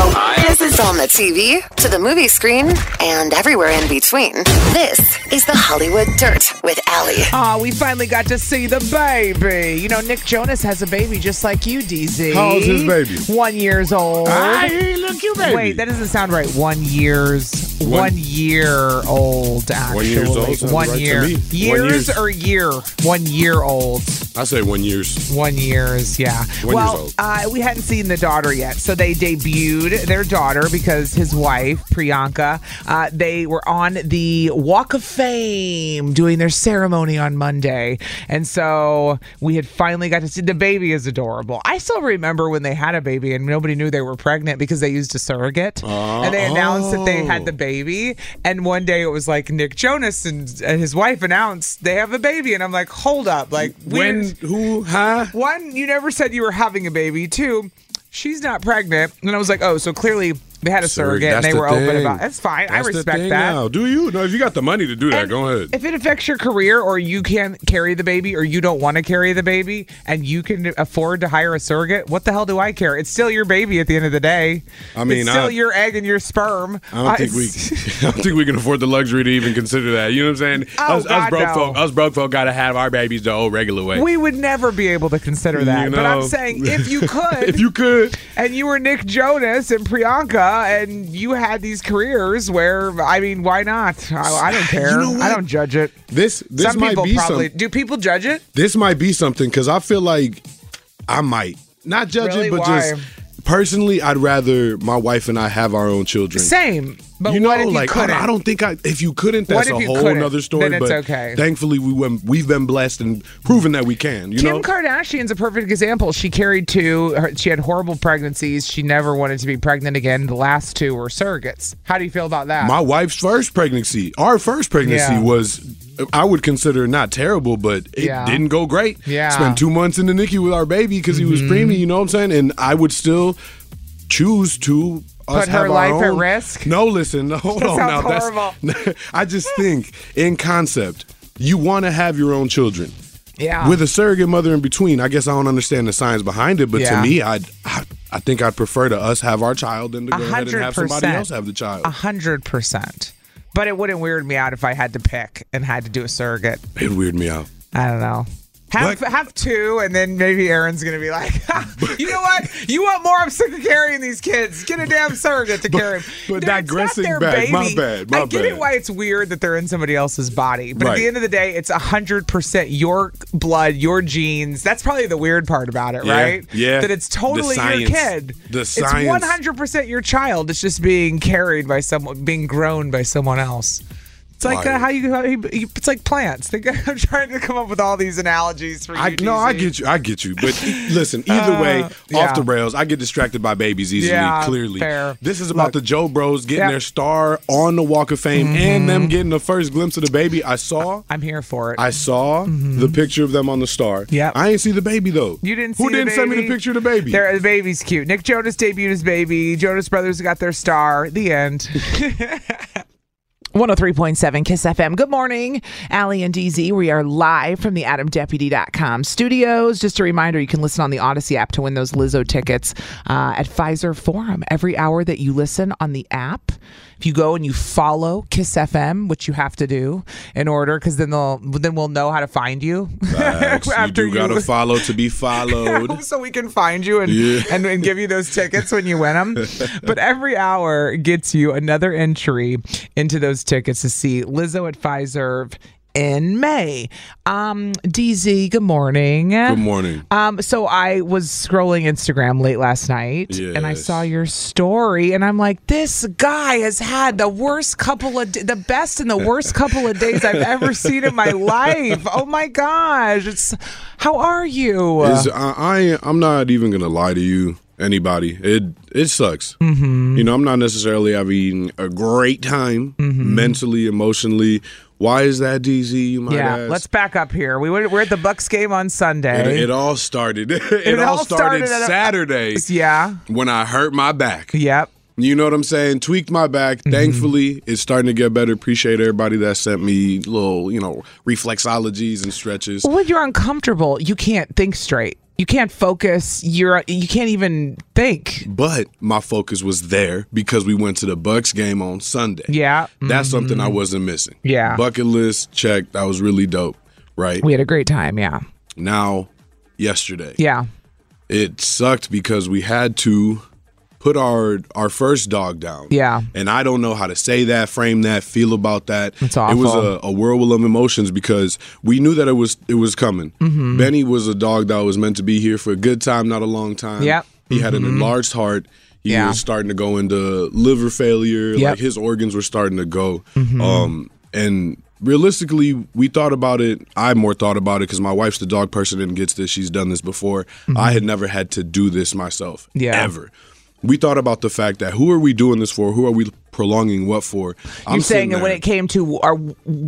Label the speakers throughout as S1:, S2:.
S1: Hi. This is on the TV, to the movie screen, and everywhere in between. This is the Hollywood Dirt with Allie.
S2: Oh, we finally got to see the baby. You know, Nick Jonas has a baby just like you, DZ.
S3: How old's his baby?
S2: One years old.
S3: Aye, look, you baby.
S2: Wait, that doesn't sound right. One years. One,
S3: One-
S2: year old,
S3: One
S2: actually.
S3: years old sounds
S2: One
S3: right to
S2: year.
S3: me.
S2: Years
S3: One years.
S2: or year? One year old.
S3: I say one year's.
S2: One years, yeah.
S3: One
S2: well,
S3: years old.
S2: Uh, we hadn't seen the daughter yet, so they debuted their daughter because his wife Priyanka. Uh, they were on the Walk of Fame doing their ceremony on Monday, and so we had finally got to see the baby. is adorable. I still remember when they had a baby and nobody knew they were pregnant because they used a surrogate,
S3: Uh,
S2: and they announced that they had the baby. And one day it was like Nick Jonas and, and his wife announced they have a baby, and I'm like, hold up, like we-
S3: When, who, huh?
S2: one, you never said you were having a baby. Two, she's not pregnant. And I was like, oh, so clearly they had a surrogate and
S3: That's
S2: they
S3: the
S2: were open
S3: thing.
S2: about. That's fine. I
S3: That's the
S2: respect
S3: thing
S2: that.
S3: now. Do you? No, if you got the money to do that,
S2: And
S3: go ahead.
S2: If it affects your career or you can't carry the baby or you don't want to carry the baby and you can afford to hire a surrogate, what the hell do I care? It's still your baby at the end of the day.
S3: I mean,
S2: it's still
S3: I-
S2: your egg and your sperm.
S3: I don't think we, I don't think we can afford the luxury to even consider that. You know what I'm saying?
S2: Oh,
S3: us,
S2: God,
S3: us broke
S2: no.
S3: folk, us broke folk, gotta have our babies the old regular way.
S2: We would never be able to consider that.
S3: You
S2: But I'm
S3: know.
S2: saying if you could,
S3: if you could,
S2: and you were Nick Jonas and Priyanka, and you had these careers where, I mean, why not? I, I don't care.
S3: know what?
S2: I don't judge it.
S3: this this
S2: some
S3: might
S2: people
S3: be some-
S2: probably do. People judge it.
S3: this might be something because I feel like I might not judge
S2: Really?
S3: it, but
S2: Why?
S3: just personally, I'd rather my wife and I have our own children.
S2: Same, but
S3: you know,
S2: what if you
S3: like I
S2: couldn't?
S3: don't- I don't think I. If you couldn't,
S2: What
S3: that's
S2: if
S3: a
S2: you
S3: whole
S2: couldn't?
S3: another story.
S2: Then it's
S3: but
S2: okay.
S3: thankfully, we went, we've been blessed and proven that we can. You
S2: Kim
S3: know,
S2: Kardashian's a perfect example. She carried two. Her, she had horrible pregnancies. She never wanted to be pregnant again. The last two were surrogates. How do you feel about that?
S3: my wife's first pregnancy, our first pregnancy
S2: Yeah.
S3: was, I would consider not terrible, but it
S2: Yeah.
S3: didn't go great.
S2: Yeah. Mm-hmm.
S3: Spent two months in the NICU with our baby because he was preemie, you know what I'm saying? And I would still choose to. us
S2: Put her
S3: have our
S2: life at
S3: own-
S2: risk?
S3: No, listen, no, hold
S2: That
S3: on
S2: sounds
S3: now.
S2: horrible.
S3: That's, I just think, in concept, you want to have your own children.
S2: yeah,
S3: with a surrogate mother in between. I guess I don't understand the science behind it, but
S2: Yeah.
S3: to me, I'd, I I think I'd prefer to us have our child than to go ahead and have somebody
S2: 100%.
S3: else have the child.
S2: a hundred percent. But it wouldn't weird me out if I had to pick and had to do a surrogate.
S3: It weird me out.
S2: I don't know. Have,
S3: What?
S2: have two, and then maybe Aaron's gonna be like, you know what? You want more? I'm sick of carrying these kids. Get a damn surrogate to carry them.
S3: but digressing back, my bad, my
S2: I get it
S3: bad.
S2: why it's weird that they're in somebody else's body, but at the
S3: Right.
S2: end of the day, it's hundred percent your blood, your genes. That's probably the weird part about it,
S3: Yeah,
S2: right?
S3: yeah.
S2: That it's
S3: The
S2: totally your
S3: science.
S2: kid.
S3: The
S2: It's
S3: science.
S2: one hundred percent your child. It's just being carried by someone, being grown by someone else. It's like uh,
S3: Right.
S2: how you, how you it's like plants. They- I'm trying to come up with all these analogies for you.
S3: I, no, I
S2: DZ.
S3: get you. I get you. But listen, either way,
S2: yeah.
S3: off the rails. I get distracted by babies easily.
S2: Yeah,
S3: clearly,
S2: fair.
S3: this is about
S2: Look.
S3: the Joe Bros getting
S2: Yep. Mm-hmm.
S3: their star on the Walk of Fame and them getting the first glimpse of the baby. I saw.
S2: I'm here for it. Mm-hmm.
S3: I saw the picture of them on the star.
S2: Yep.
S3: I ain't see the baby though.
S2: you didn't see
S3: Who
S2: the
S3: didn't send me the
S2: baby?
S3: picture of the baby?
S2: There- the baby's cute. Nick Jonas debuted his baby. Jonas Brothers got their star. The end. 103.7 Kiss FM. Good morning, Allie and DZ. We are live from the AdamDeputy.com studios. Just a reminder, you can listen on the Odyssey app to win those Lizzo tickets uh, at Pfizer Forum. Every hour that you listen on the app, if you go and you follow Kiss FM, which you have to do in order, because then they'll then we'll know how to find you.
S3: Facts. you
S2: After
S3: do
S2: you-
S3: gotta follow to be followed.
S2: so we can find you and,
S3: Yeah.
S2: and, and give you those tickets when you win them. But every hour gets you another entry into those tickets to see Lizzo at Pfizer in May. Um, DZ, good morning.
S3: Good morning.
S2: Um, so I was scrolling Instagram late last night and I
S3: Yes.
S2: saw your story and I'm like, this guy has had the worst couple of d- the best and the worst couple of days I've ever seen in my life. Oh my gosh. It's how are you?
S3: Is uh, I, I I'm not even gonna lie to you, anybody. It it sucks. Mm-hmm. You know, I'm not necessarily having a great time
S2: Mm-hmm.
S3: mentally, emotionally. Why is that, DZ? You might
S2: yeah,
S3: ask.
S2: let's back up here. We were, we're at the Bucks game on
S3: it,
S2: Sunday.
S3: it all started. it,
S2: all
S3: all started,
S2: started at a-
S3: Saturday
S2: yeah.
S3: when I hurt my back.
S2: Yep. Mm-hmm.
S3: You know what I'm saying? Tweaked my back. Thankfully, it's starting to get better. Appreciate everybody that sent me little, you know, reflexologies and stretches.
S2: When you're uncomfortable, you can't think straight. You can't focus. You're you can't even think.
S3: But my focus was there because we went to the Bucks game on Sunday.
S2: Yeah. Mm-hmm.
S3: That's something I wasn't missing.
S2: Yeah.
S3: Bucket list check. That was really dope. Right.
S2: We had a great time. Yeah.
S3: now, yesterday.
S2: Yeah.
S3: It sucked because we had to put our our first dog down.
S2: Yeah.
S3: And I don't know how to say that, frame that, feel about that.
S2: It's
S3: It was
S2: awful.
S3: a, a whirlwind of emotions because we knew that it was it was coming.
S2: Mm-hmm.
S3: Benny was a dog that was meant to be here for a good time, not a long time.
S2: Yep. Mm-hmm.
S3: He had an enlarged heart. He
S2: Yeah.
S3: was starting to go into liver failure.
S2: Yep. Mm-hmm.
S3: Like his organs were starting to go. Um, and realistically, we thought about it. I more thought about it because my wife's the dog person and gets this. She's done this before. I had never had to do this myself.
S2: Mm-hmm. Yeah.
S3: Ever. We thought about the fact that who are we doing this for? Who are we prolonging what for?
S2: You're saying
S3: sitting
S2: that when
S3: there-
S2: it came to are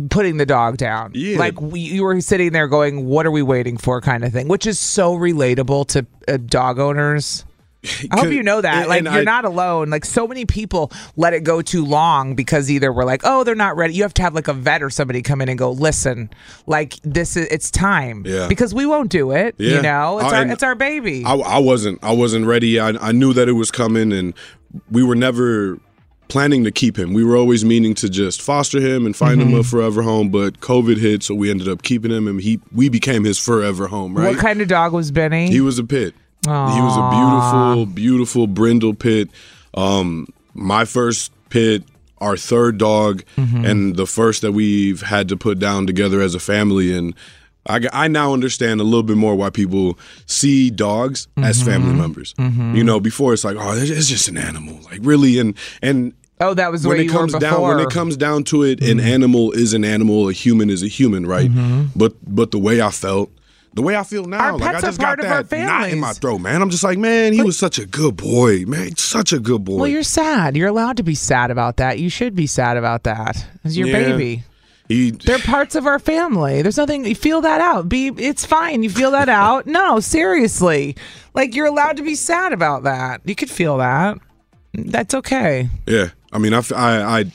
S2: putting the dog down,
S3: Yeah.
S2: like we, you were sitting there going, "What are we waiting for?" kind of thing, which is so relatable to uh, dog owners. I hope
S3: Could-
S2: you know that.
S3: and-
S2: like
S3: and
S2: you're
S3: I-
S2: not alone. Like so many people let it go too long because either we're like, oh, they're not ready. You have to have like a vet or somebody come in and go, listen, like this is it's time.
S3: Yeah.
S2: Because we won't do it. You
S3: Yeah.
S2: know, it's
S3: I-
S2: our
S3: and
S2: it's our baby.
S3: I, I wasn't I wasn't ready. I, I knew that it was coming, and we were never planning to keep him. We were always meaning to just foster him and find
S2: Mm-hmm.
S3: him a forever home. But COVID hit, so we ended up keeping him, and he we became his forever home. Right?
S2: What kind of dog was Benny?
S3: He was a pit. He was a beautiful, beautiful brindle pit. Um, my first pit, our third dog,
S2: Mm-hmm.
S3: and the first that we've had to put down together as a family. And I, g- I now understand a little bit more why people see dogs
S2: Mm-hmm.
S3: as family members. You know, before it's like, oh, it's it's just an animal. Like really, and and
S2: oh, that was the
S3: when
S2: way
S3: it
S2: you
S3: comes
S2: were before. Mm-hmm.
S3: down when it comes down to it an animal is an animal a human is a human right but but the way i felt the way i feel now
S2: Our
S3: like i
S2: pets are
S3: just got
S2: part of our
S3: that knot in my
S2: families.
S3: throat man i'm just like man he was such a good boy man such a good boy
S2: well, you're sad. You're allowed to be sad about that. You should be sad about that. It's your
S3: Yeah.
S2: baby.
S3: he
S2: They're parts of our family. There's nothing you feel that out. Be it's fine. You feel that out. No, seriously. Like you're allowed to be sad about that. You could feel that. That's okay.
S3: yeah i mean I, f- I- I-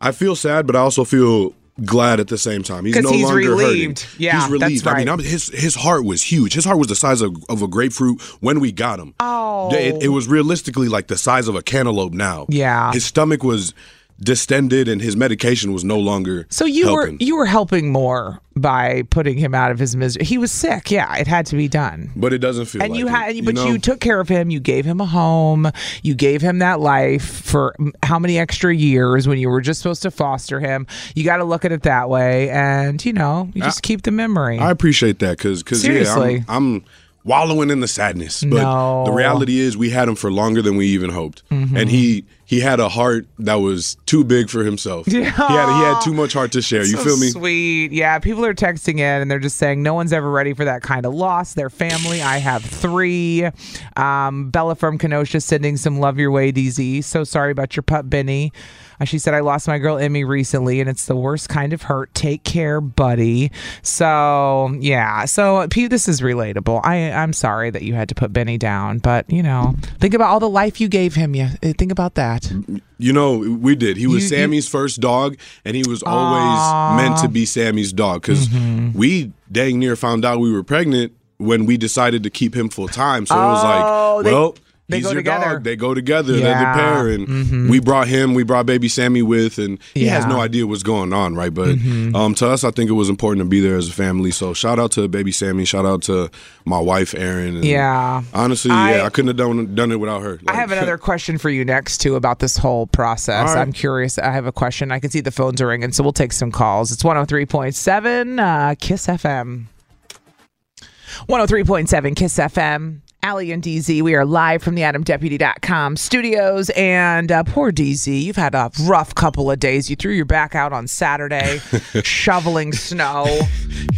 S3: I feel sad but i also feel glad at the same time he's
S2: 'Cause
S3: no
S2: he's
S3: longer
S2: relieved.
S3: hurting
S2: Yeah,
S3: he's
S2: that's
S3: relieved i mean
S2: right.
S3: I'm, his his heart was huge his heart was the size of, of a grapefruit when we got him
S2: Oh.
S3: It, it was realistically like the size of a cantaloupe now.
S2: Yeah.
S3: His stomach was distended and his medication was no longer
S2: So you
S3: helping.
S2: were you were helping more by putting him out of his misery. He was sick. Yeah, it had to be done.
S3: but it doesn't feel
S2: and
S3: like
S2: you
S3: it,
S2: had but
S3: know?
S2: you took care of him you gave him a home you gave him that life for m- how many extra years when you were just supposed to foster him you got to look at it that way and you know you just keep the memory
S3: I appreciate that cuz cuz yeah,
S2: Seriously.
S3: I'm, I'm wallowing in the sadness, but
S2: No. Mm-hmm.
S3: the reality is we had him for longer than we even hoped. And he he had a heart that was too big for himself. He had he had too much heart to share. you
S2: So
S3: feel me?
S2: Sweet. Yeah. People are texting in and they're just saying no one's ever ready for that kind of loss. Their family. I have three. Um, Bella from Kenosha sending some love your way, DZ. So sorry about your pup, Benny. Uh, She said, I lost my girl Emmy recently, and it's the worst kind of hurt. Take care, buddy. So, yeah. So, P, this is relatable. I, I'm sorry that you had to put Benny down, but, you know, think about all the life you gave him. Yeah. Think about that. that?
S3: You know, we did. He was Sammy's first dog, and he was always meant to be Sammy's dog because
S2: Mm-hmm.
S3: we dang near found out we were pregnant when we decided to keep him full time. So it was
S2: Oh,
S3: like,
S2: they-
S3: well,
S2: they
S3: he's
S2: go
S3: your
S2: together.
S3: dog. They go together.
S2: Yeah. Mm-hmm.
S3: They're the pair, and we brought him. We brought baby Sammy with, and he
S2: Yeah.
S3: has
S2: Mm-hmm.
S3: no idea what's going on, right? But um, to us, I think it was important to be there as a family. So shout out to baby Sammy. Shout out to my wife Erin. and
S2: Yeah.
S3: Honestly,
S2: I-
S3: yeah, I couldn't have done done it without her.
S2: I have another question for you next too about this whole process.
S3: All right.
S2: I'm curious. I have a question. I can see the phones are ringing, so we'll take some calls. It's 103.7 uh, Kiss FM. 103.7 Kiss FM. Um, Allie and DZ, we are live from the AdamDeputy.com studios. And uh, poor DZ, you've had a rough couple of days. You threw your back out on Saturday, shoveling snow.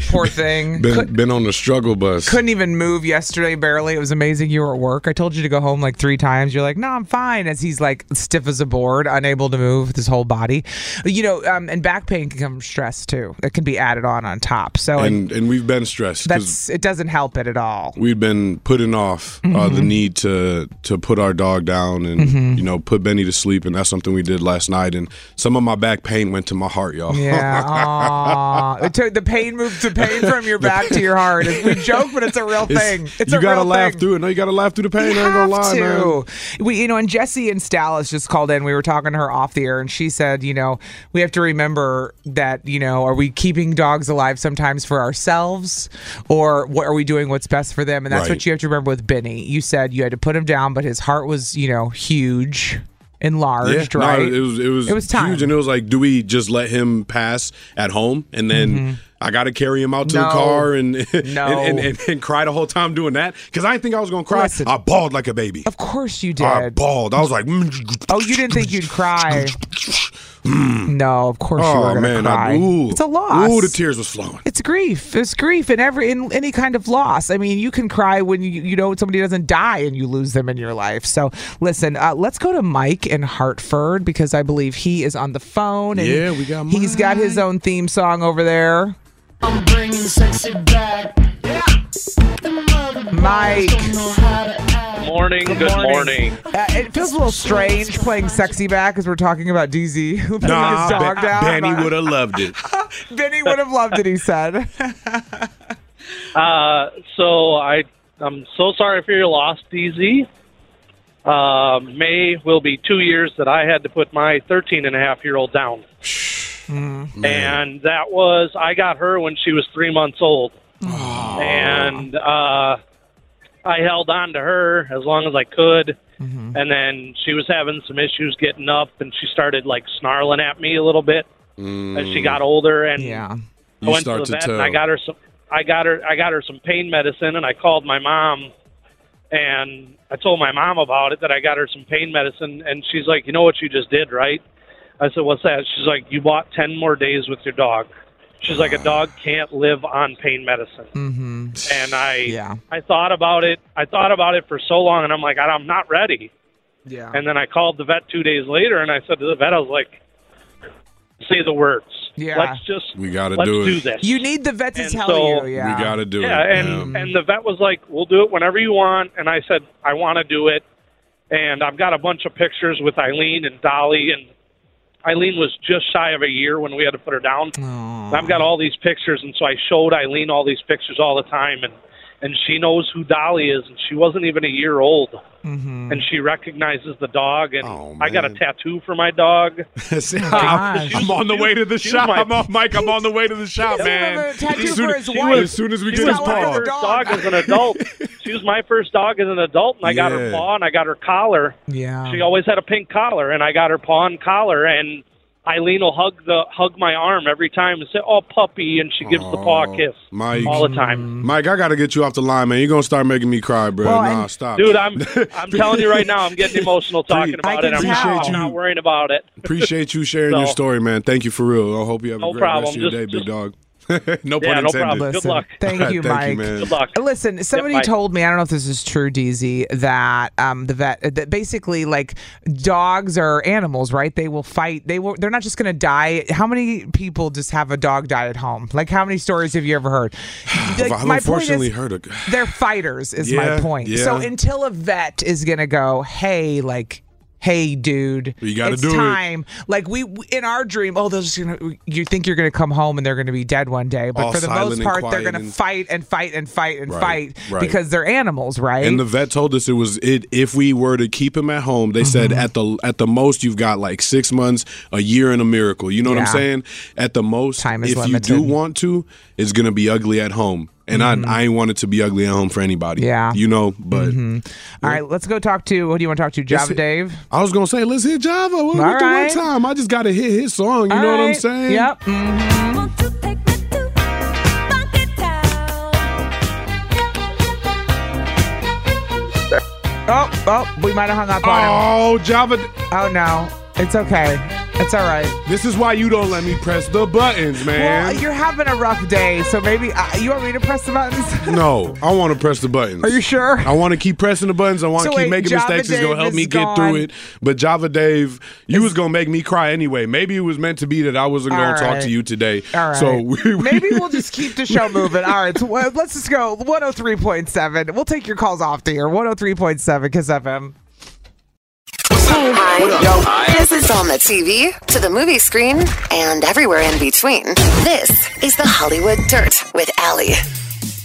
S2: Poor thing.
S3: been
S2: Could-
S3: been on the struggle bus.
S2: couldn't even move yesterday barely it was amazing you were at work i told you to go home like three times you're like no i'm fine as he's like stiff as a board unable to move his whole body you know um, and back pain can come from stress too it can be added on on top so and
S3: and and we've been stressed because
S2: that's it doesn't help it at all Mm-hmm.
S3: we've been putting off uh, the need to to put our dog down and you know put Benny to sleep, and that's something we did last night. And some of my back pain went to my heart, y'all.
S2: yeah, aw. it took the pain moved to pain from your back to your heart. It's, we joke, but it's a real
S3: It's-
S2: thing. It's
S3: you
S2: a
S3: gotta
S2: real
S3: laugh
S2: thing.
S3: through it. No, you gotta laugh through the pain. I ain't gonna lie, man.
S2: to. We, you know, and Jesse and Stalis just called in. We were talking to her off the air, and she said, you know, we have to remember that, you know, are we keeping dogs alive sometimes for ourselves, or what are we doing what's best for them? And that's what
S3: Right.
S2: you have to remember with Benny. You said you had to put him down, but his heart was, you know, huge, enlarged,
S3: no,
S2: right?
S3: it was it was
S2: It was time.
S3: huge, and it was like, do we just let him pass at home, and then I got to carry him out to
S2: Mm-hmm. No.
S3: the car and and,
S2: No.
S3: and, and and cry the whole time doing that? Because I didn't think I was gonna cry.
S2: Listen.
S3: I bawled like a baby.
S2: of course you
S3: I
S2: did.
S3: bawled. I was like, mm.
S2: Oh, you didn't think you'd cry? no, of course you were
S3: Oh
S2: gonna
S3: man,
S2: cry.
S3: I, ooh,
S2: it's a loss.
S3: Ooh, the tears was flowing.
S2: it's grief. It's grief in every in any kind of loss. I mean, you can cry when you you know somebody doesn't die and you lose them in your life. So listen, uh, let's go to Mike in Hartford because I believe he is on the phone. And
S3: Yeah, we got
S2: He's got his own theme song over there.
S4: I'm bringing sexy back.
S2: Mike,
S5: morning. Good morning.
S2: uh, it feels a little strange playing "Sexy Back" as we're talking about DZ who put his dog down.
S3: Benny would have loved it.
S2: Benny would have loved it. He said.
S5: Uh, so I, I'm so sorry for your loss, DZ. Uh, May will be two years that I had to put my 13 and a half year old down, Hmm. and that was I got her when she was three months old, and uh, I held on to her as long as I could. And then she was having some issues getting up, and she started like snarling at me a little bit as she got older. And
S2: yeah.
S3: Mm. You
S5: I went
S3: start
S5: to
S3: to
S5: the vet and I
S3: tell.
S5: got her some I got her I got her some pain medicine and I called my mom and I told my mom about it that I got her some pain medicine and she's like, "You know what you just did, right?" I said, "What's that?" She's like, "You bought 10 more days with your dog." She's like, "A dog can't live on pain medicine."
S2: Mm-hmm.
S5: And I
S2: Yeah.
S5: I thought about it. I thought about it for so long and I'm like, "I'm not ready."
S2: Yeah.
S5: And then I called the vet 2 days later and I said to the vet I was like, "Say the words.
S2: Yeah.
S5: Let's just
S3: We gotta
S5: let's
S3: do it.
S5: do this."
S2: you need the vet to
S5: And
S2: tell
S5: so-
S2: you. Yeah.
S3: We gotta do
S5: yeah,
S3: it.
S5: and and the vet was like, "We'll do it whenever you want," and I said, "I want to do it," and I've got a bunch of pictures with Eileen and Dolly, and Eileen was just shy of a year when we had to put her down. And I've got all these pictures, and so I showed Eileen all these pictures all the time, and and she knows who Dolly is, and she wasn't even a year old,
S2: Mm-hmm.
S5: and she recognizes the dog, and
S3: Oh,
S5: I got a
S3: man.
S5: tattoo for my dog.
S2: Oh
S3: See, I'm, I'm on the way to the
S5: She was
S3: shop.
S5: my-
S3: I'm on, Mike. I'm on the way to the shop,
S2: doesn't
S3: man.
S2: have a tattoo
S3: as, soon,
S2: for his
S3: she
S2: wife.
S3: was- as soon as we
S2: She
S3: get
S2: was
S3: his
S5: was my
S2: Dog.
S3: paw.
S5: first dog as an adult. she was my first dog as an adult, and I got
S3: Yeah.
S5: her paw and I got her collar.
S2: Yeah.
S5: She always had a pink collar, and I got her paw and collar. And Eileen will hug the hug my arm every time and say, "Oh, puppy," and she gives the paw a kiss
S3: Mike.
S5: all the time.
S3: Mike, I gotta get you off the line, man. You're gonna start making me cry, bro.
S2: Well,
S3: nah,
S2: and-
S3: stop,
S5: Dude, I'm I'm telling you right now, I'm getting emotional talking
S3: Pre-
S5: about
S2: I
S5: it. I'm
S2: can
S5: not,
S3: tell.
S5: not worrying about it.
S3: Appreciate you sharing your
S5: So-
S3: story, man. Thank you for real. I hope you have
S5: No
S3: a great rest
S5: problem.
S3: of your
S5: Just-
S3: day, big
S5: just-
S3: dog. no pun
S5: Yeah, no
S3: intended.
S5: problem. Good
S2: Listen,
S5: luck.
S2: Thank you, Mike.
S3: man.
S5: Good luck.
S2: Listen, somebody
S5: bye.
S2: told me, I don't know if this is true, DZ, that um, the vet, that basically, like, dogs are animals, right? They will fight. They will, they're not just going to die. How many people just have a dog die at home? Like, how many stories have you ever heard? Like,
S3: I've
S2: my point is,
S3: unfortunately heard a-
S2: They're fighters, is my
S3: Yeah,
S2: point. So
S3: yeah.
S2: until a vet is going to go, hey, like, hey, dude,
S3: You gotta
S2: it's
S3: do it."
S2: time. Like we in our dream, oh, those you know, you think you're gonna come home and they're gonna be dead one day, but
S3: All
S2: for the
S3: silent
S2: most
S3: and
S2: part, they're
S3: quiet
S2: gonna
S3: and-
S2: fight and fight and fight and
S3: Right,
S2: fight
S3: right.
S2: because they're animals, right?
S3: And the vet told us it was it if we were to keep him at home, they said
S2: Mm-hmm.
S3: at the at the most you've got like six months, a year and a miracle. You know what
S2: Yeah.
S3: I'm saying? At the most
S2: Time is
S3: if
S2: limited. Mm-hmm.
S3: you do want to, it's gonna be ugly at home. And I I ain't want it to be ugly at home for anybody.
S2: Yeah.
S3: You know, but
S2: Mm-hmm. All right, let's go talk to. What do you want to talk to, Java
S3: hit-
S2: Dave?
S3: I was gonna say, let's hit Java. What,
S2: All
S3: what the
S2: right.
S3: one time? I just gotta hit his song, you know what I'm saying? Mm-hmm.
S2: Yep. Mm. Oh, oh, we might have hung up on him.
S3: Oh Java
S2: Oh no, it's okay. It's all right.
S3: this is why you don't let me press the buttons,
S2: Well,
S3: man.
S2: you're having a rough day, so maybe uh, you want me to press the buttons.
S3: no, I wanna press the buttons.
S2: Are you sure?
S3: I want to keep pressing the buttons. I want
S2: So
S3: to keep
S2: wait,
S3: making
S2: Java
S3: mistakes. It's
S2: Dave
S3: gonna help me
S2: is
S3: get
S2: gone.
S3: through it. But Java Dave, you was gonna make me cry anyway. Maybe it was meant to be that I wasn't gonna
S2: All
S3: talk
S2: right.
S3: to you today.
S2: All right.
S3: So we, we-
S2: Maybe we'll just keep the show moving. All right, so well, let's just go 103.7. We'll take your calls off the air. 103.7 Kiss FM.
S1: Hi. This is on the TV, to the movie screen, and everywhere in between. This is the Hollywood Dirt with Allie.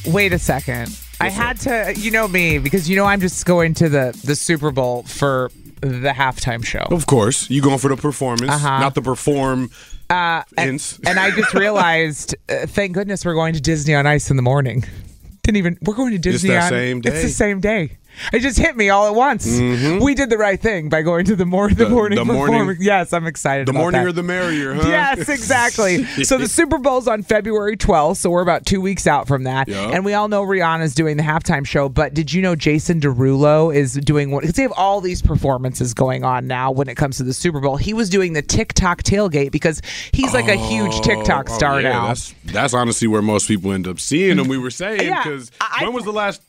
S2: Wait a second. I had to, you know me, because you know I'm just going to the the Super Bowl for the halftime show.
S3: of course, you going for the performance,
S2: Uh-huh.
S3: not the perform. Uh,
S2: and I just realized, uh, thank goodness we're going to Disney on Ice in the morning. Didn't even we're going to Disney
S3: that
S2: on
S3: same
S2: It's the
S3: day. Mm-hmm.
S2: same day. It just hit me all at once. We did the right thing by going to the, mor- the,
S3: The-
S2: morning.
S3: the morning-
S2: performance. Yes, I'm excited.
S3: the
S2: about
S3: morning
S2: that.
S3: or the merrier, huh?
S2: Yes, exactly. so the Super Bowl's on February 12th, so we're about two weeks out from that.
S3: Yeah.
S2: And we all know Rihanna's doing the halftime show, but did you know Jason Derulo is doing what? Because they have all these performances going on now when it comes to the Super Bowl. He was doing the TikTok tailgate because he's like a huge TikTok
S3: Oh,
S2: star
S3: yeah,
S2: now.
S3: That's, that's honestly where most people end up seeing them. We were saying
S2: Yeah,
S3: because
S2: I-
S3: when was the last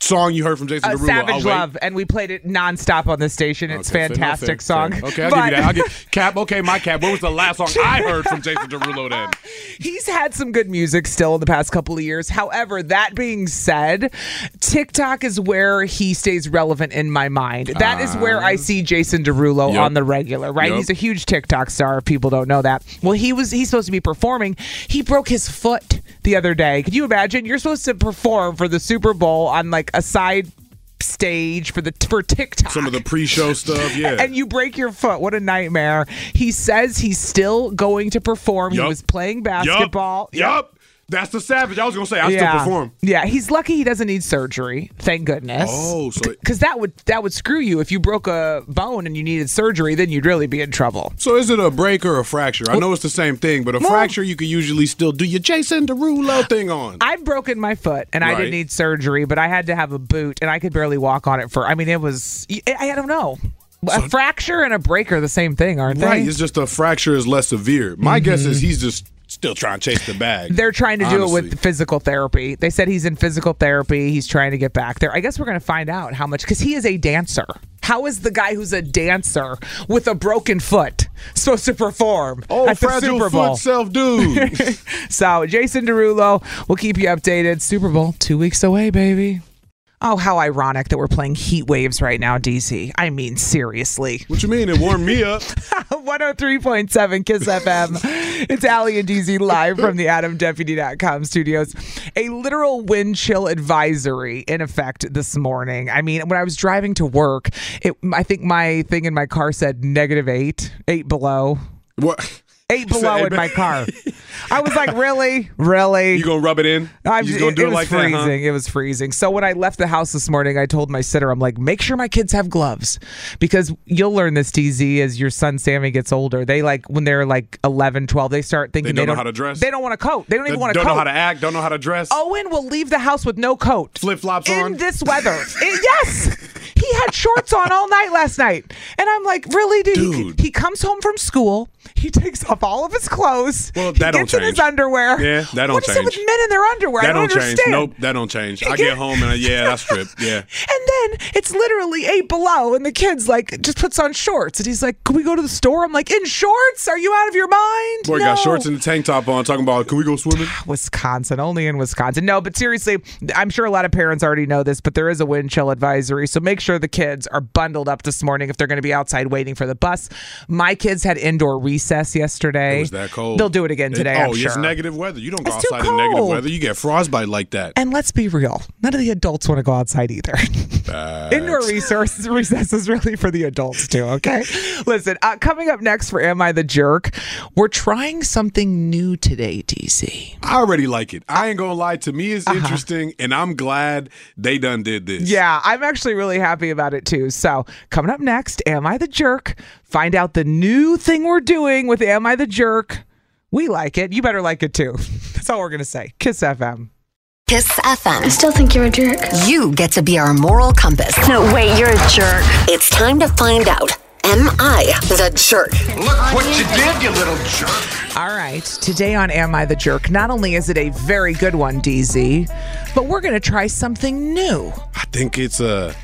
S3: song you heard from Jason
S2: Uh,
S3: Derulo? I'll
S2: Savage
S3: wait.
S2: Love, and we played it nonstop on this station. It's
S3: Okay, fair enough,
S2: fantastic
S3: fair-
S2: song.
S3: fair. Okay, I'll
S2: But-
S3: give you that. I'll give, cap, okay, my cap. What was the last song I heard from Jason Derulo then?
S2: He's had some good music still in the past couple of years. However, that being said, TikTok is where he stays relevant in my mind. That is where
S3: Ah.
S2: I see Jason Derulo
S3: Yep.
S2: on the regular, right?
S3: Yep.
S2: He's a huge TikTok star if people don't know that. Well, he was he's supposed to be performing. He broke his foot the other day. Could you imagine? You're supposed to perform for the Super Bowl on like a side stage for the for TikTok
S3: Some of the pre-show stuff, yeah.
S2: and you break your foot. What a nightmare. He says he's still going to perform. He
S3: Yup.
S2: was playing basketball.
S3: Yup. Yup. That's the savage. I was gonna say I
S2: Yeah.
S3: still perform.
S2: Yeah, he's lucky he doesn't need surgery. Thank goodness.
S3: Oh, so it-
S2: because that would that would screw you if you broke a bone and you needed surgery, then you'd really be in trouble.
S3: So is it a break or a fracture? I know it's the same thing, but a fracture you can usually still do your Jason Derulo thing on.
S2: I've broken my foot and I didn't
S3: Right.
S2: need surgery, but I had to have a boot and I could barely walk on it for. I mean, it was I, I don't know. a fracture and a break are the same thing, aren't
S3: right.
S2: they?
S3: It's just a fracture is less severe. My guess is he's just still trying to chase the bag.
S2: They're trying to do it
S3: honestly.
S2: with physical therapy. They said he's in physical therapy. He's trying to get back there. I guess we're going to find out how much because he is a dancer. How is the guy who's a dancer with a broken foot supposed to perform
S3: Oh,
S2: at the
S3: fragile
S2: Super Bowl?
S3: foot self dude.
S2: so, Jason Derulo, we'll keep you updated. Super Bowl two weeks away, baby. Oh, how ironic that we're playing heat waves right now, DC. I mean, seriously.
S3: what you mean? It warmed me up.
S2: 103.7 Kiss FM. It's Allie and DZ live from the AdamDeputy.com studios. A literal wind chill advisory in effect this morning. I mean, when I was driving to work, it, I think my thing in my car said negative eight, eight below.
S3: What?
S2: Eight below
S3: eight
S2: in
S3: be-
S2: my car. I was like, really? Really?
S3: You gonna rub it in?
S2: I'm,
S3: you just gonna
S2: it,
S3: do
S2: it
S3: it,
S2: was
S3: like
S2: freezing.
S3: that? huh?
S2: It was freezing. So when I left the house this morning, I told my sitter, I'm like, make sure my kids have gloves because you'll learn this, DZ, as your son Sammy gets older. They like when they're like 11, 12, they start thinking
S3: They
S2: they
S3: don't know
S2: don't
S3: how to dress.
S2: They don't want a coat. They don't even want a
S3: don't
S2: coat.
S3: know how to act, don't know how to dress.
S2: Owen will leave the house with no coat.
S3: Flip flops
S2: in
S3: on.
S2: this weather. It- yes. He had shorts on all night last night. And I'm like, really, dude? He,
S3: Dude.
S2: he comes home from school. He takes off all of his clothes.
S3: Well, that
S2: he
S3: don't
S2: gets in his
S3: change.
S2: underwear.
S3: Yeah, that don't
S2: What is it with
S3: change.
S2: men in their underwear?
S3: That
S2: I don't,
S3: don't change.
S2: understand.
S3: Nope, that don't change. I
S2: get-
S3: get home and I, yeah, I strip. Yeah.
S2: And then it's literally eight below, and the kid's like, just puts on shorts. And he's like, Can we go to the store? I'm like, In shorts? Are you out of your mind?
S3: Boy,
S2: no.
S3: got shorts and a tank top on, talking about, can we go swimming?
S2: Wisconsin, only in Wisconsin. No, but seriously, I'm sure a lot of parents already know this, but there is a wind chill advisory. So make sure the kids are bundled up this morning if they're going to be outside waiting for the bus. My kids had indoor recess yesterday.
S3: It was that cold.
S2: They'll do it again
S3: It-
S2: today.
S3: oh,
S2: I'm
S3: it's
S2: sure.
S3: negative weather. You don't go
S2: It's too
S3: outside in negative
S2: cold.
S3: weather. You get frostbite like that.
S2: And let's be real, none of the adults want to go outside either.
S3: Uh,
S2: Indoor resources recess is really for the adults too. Okay, listen. Uh, coming up next for Am I the Jerk? We're trying something new today, DC.
S3: I already like it. I ain't gonna lie. To me, it's
S2: Uh-huh.
S3: interesting, and I'm glad they done did this.
S2: Yeah, I'm actually really happy about it too. So, coming up next, Am I the Jerk? Find out the new thing we're doing with Am I the Jerk? We like it. You better like it too. That's all we're going to say. Kiss FM.
S1: Kiss FM.
S6: Still think you're a jerk?
S1: You get to be our moral compass.
S6: No, wait, you're a jerk.
S1: It's time to find out. Am I the jerk?
S4: Look what you did, you little jerk.
S2: All right. Today on Am I the Jerk, not only is it a very good one, DZ, but we're going to try something new.
S3: I think it's a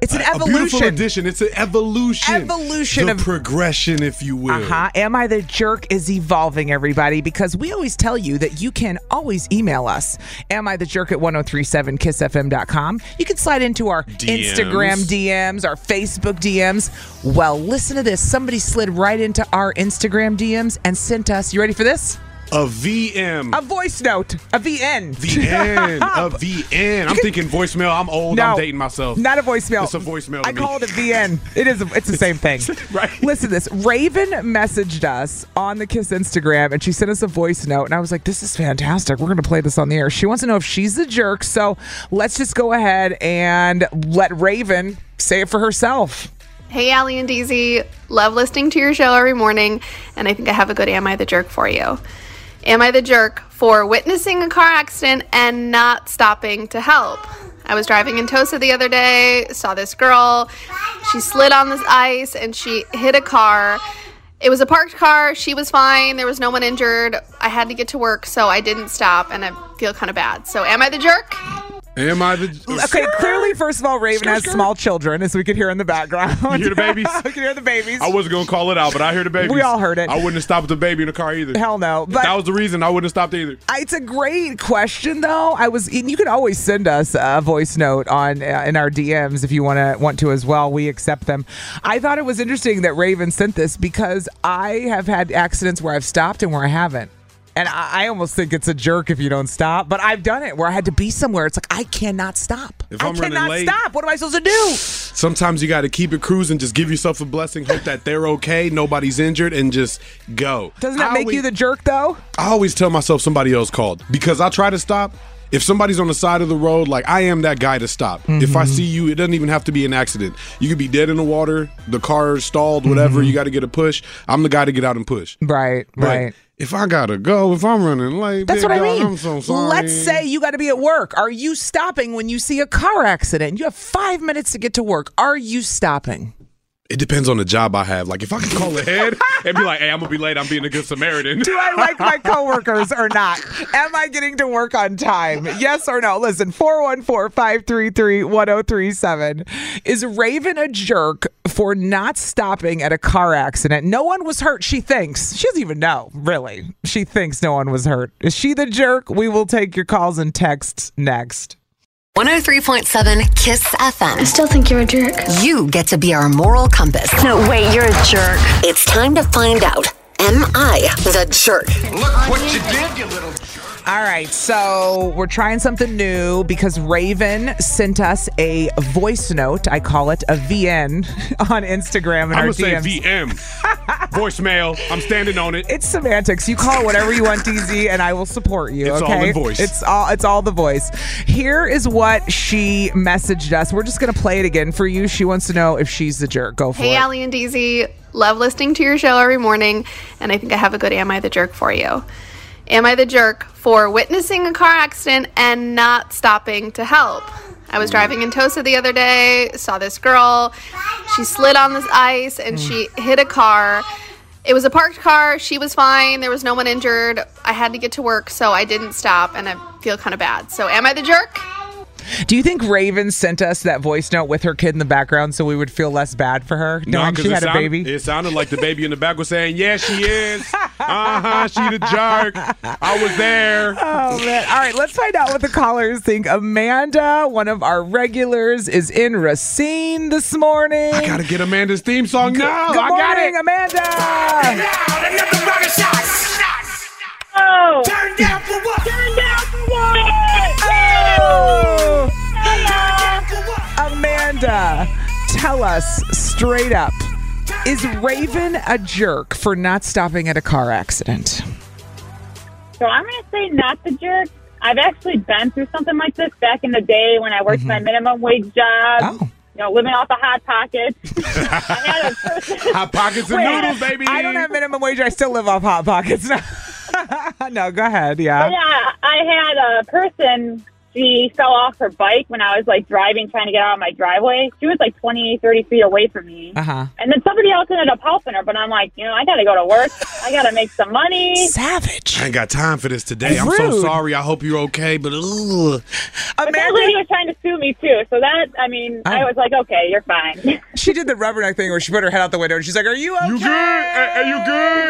S2: It's an
S3: a beautiful
S2: evolution.
S3: addition. It's an evolution,
S2: Evolution
S3: the
S2: of-
S3: progression, if you will.
S2: Uh-huh. Am I the jerk is evolving, everybody, because we always tell you that you can always email us. Am I the jerk at 1037kissfm.com? You can slide into our
S3: DMs.
S2: Instagram DMs, our Facebook DMs. Well, listen to this. Somebody slid right into our Instagram DMs and sent us, you ready for this?
S3: A VM.
S2: A voice note, a VN.
S3: VN, a VN. I'm thinking voicemail. I'm old. I'm dating myself.
S2: Not a voicemail.
S3: It's a voicemail to
S2: I
S3: me.
S2: called it VN. It is. It's the same thing.
S3: Right.
S2: Listen to this. Raven messaged us on the Kiss Instagram, and she sent us a voice note, and I was like, "This is fantastic. We're going to play this on the air." She wants to know if she's the jerk, so let's just go ahead and let Raven say it for herself.
S7: Hey, Allie and DZ. Love listening to your show every morning, and I think I have a good Am I the Jerk for you. Am I the Jerk for witnessing a car accident and not stopping to help? I was driving in Tosa the other day, saw this girl. She slid on this ice and she hit a car. It was a parked car. She was fine. There was no one injured. I had to get to work, so I didn't stop, and I feel kind of bad. So, am I the jerk?
S3: Am I the?
S2: Okay, clearly, first of all, Raven has small children, as we could hear in the background. You
S3: hear the babies?
S2: we can hear the babies.
S3: I wasn't gonna call it out, but I hear the baby.
S2: We all heard it.
S3: I wouldn't have stopped the baby in the car either.
S2: Hell no, but-
S3: that was the reason I wouldn't have stopped either.
S2: I- It's a great question, though. I was. and You can always send us a voice note on uh, in our DMs if you want to want to as well. We accept them. I thought it was interesting that Raven sent this because I have had accidents where I've stopped and where I haven't. And I, I almost think it's a jerk if you don't stop. But I've done it where I had to be somewhere. It's like I cannot stop.
S3: If
S2: I
S3: I'm running
S2: cannot
S3: late-
S2: stop. What am I supposed to do?
S3: Sometimes you got to keep it cruising. Just give yourself a blessing. Hope that they're okay, nobody's injured, and just go.
S2: Doesn't that
S3: I
S2: make you
S3: always-
S2: the jerk though?
S3: I always tell myself somebody else called because I try to stop. If somebody's on the side of the road, like I am that guy to stop. If
S2: Mm-hmm.
S3: I see you, it doesn't even have to be an accident. You could be dead in the water, the car stalled, whatever.
S2: Mm-hmm.
S3: You got to get a push. I'm the guy to get out and push.
S2: Right.
S3: But
S2: Right.
S3: If I gotta go, if I'm running late,
S2: That's
S3: big
S2: what I
S3: dog,
S2: mean.
S3: I'm so sorry.
S2: Let's say you got to be at work. Are you stopping when you see a car accident? You have five minutes to get to work. Are you stopping?
S3: It depends on the job I have. Like if I can call ahead and be like, "Hey, I'm gonna be late. I'm being a good Samaritan."
S2: Do I like my coworkers or not? Am I getting to work on time? Yes or no? Listen, 414 533 1037. Is Raven a jerk for not stopping at a car accident? No one was hurt, she thinks. She doesn't even know, really. She thinks no one was hurt. Is she the jerk? We will take your calls and texts next.
S1: 103.7 Kiss FM.
S6: Still think you're a jerk?
S1: You get to be our moral compass.
S6: No, wait, you're a jerk.
S1: It's time to find out. Am I the jerk?
S4: Look what you did, you little
S2: All right, so we're trying something new because Raven sent us a voice note. I call it a VN on Instagram and
S3: I'm
S2: our
S3: gonna say
S2: DMs.
S3: VM, voicemail. I'm standing on it.
S2: it's semantics. You call it whatever you want, DZ, and I will support you.
S3: It's all
S2: okay?
S3: in voice.
S2: It's all it's all the voice. Here is what she messaged us. We're just gonna play it again for you. She wants to know if she's the jerk. Go for
S7: Hey,
S2: it.
S7: Allie and DZ. Love listening to your show every morning, and I think I have a good Am I the Jerk for you. Am I the Jerk for witnessing a car accident and not stopping to help? I was driving in Tosa the other day, saw this girl. She slid on this ice and she hit a car. It was a parked car. She was fine. There was no one injured. I had to get to work, so I didn't stop, and I feel kind of bad. So, am I the jerk?
S2: Do you think Raven sent us that voice note with her kid in the background so we would feel less bad for her? knowing
S3: 'cause
S2: she
S3: it
S2: had a
S3: sound-
S2: baby.
S3: It sounded like the baby in the back was saying, "Yeah, she is. Uh huh. She the jerk. I was there."
S2: Oh man! All right, let's find out what the callers think. Amanda, one of our regulars, is in Racine this morning. I
S3: gotta get Amanda's theme song now.
S2: Good
S3: I
S2: morning,
S3: got it.
S2: Amanda.
S8: Oh. Turn down for what? Turn down for what?
S2: Oh. Amanda, tell us straight up: Is Raven a jerk for not stopping at a car accident?
S8: So I'm going to say not the jerk. I've actually been through something like this back in the day when I worked my
S3: Mm-hmm.
S8: minimum wage job.
S3: Oh.
S8: You know, living off the hot pockets.
S3: Hot pockets and
S2: Wait,
S3: noodles, baby.
S2: I don't have minimum wage. I still live off hot pockets. no, go ahead. Yeah.
S8: yeah, I had a person. She fell off her bike when I was like driving, trying to get out of my driveway. She was like 20, 30 feet away from me.
S2: Uh huh.
S8: And then somebody else ended up helping her, but I'm like, you know, I got to go to work. I got to make some money.
S2: Savage.
S3: I ain't got time for this today. I'm
S8: Rude.
S3: so sorry. I hope you're okay, but ugh.
S8: But that lady was trying to sue me too. So that, I mean,
S3: Oh.
S8: I was like, okay, you're fine.
S2: She did the rubberneck thing where she put her head out the window and she's like, "Are you okay? You good?
S3: Uh,
S2: Are
S3: you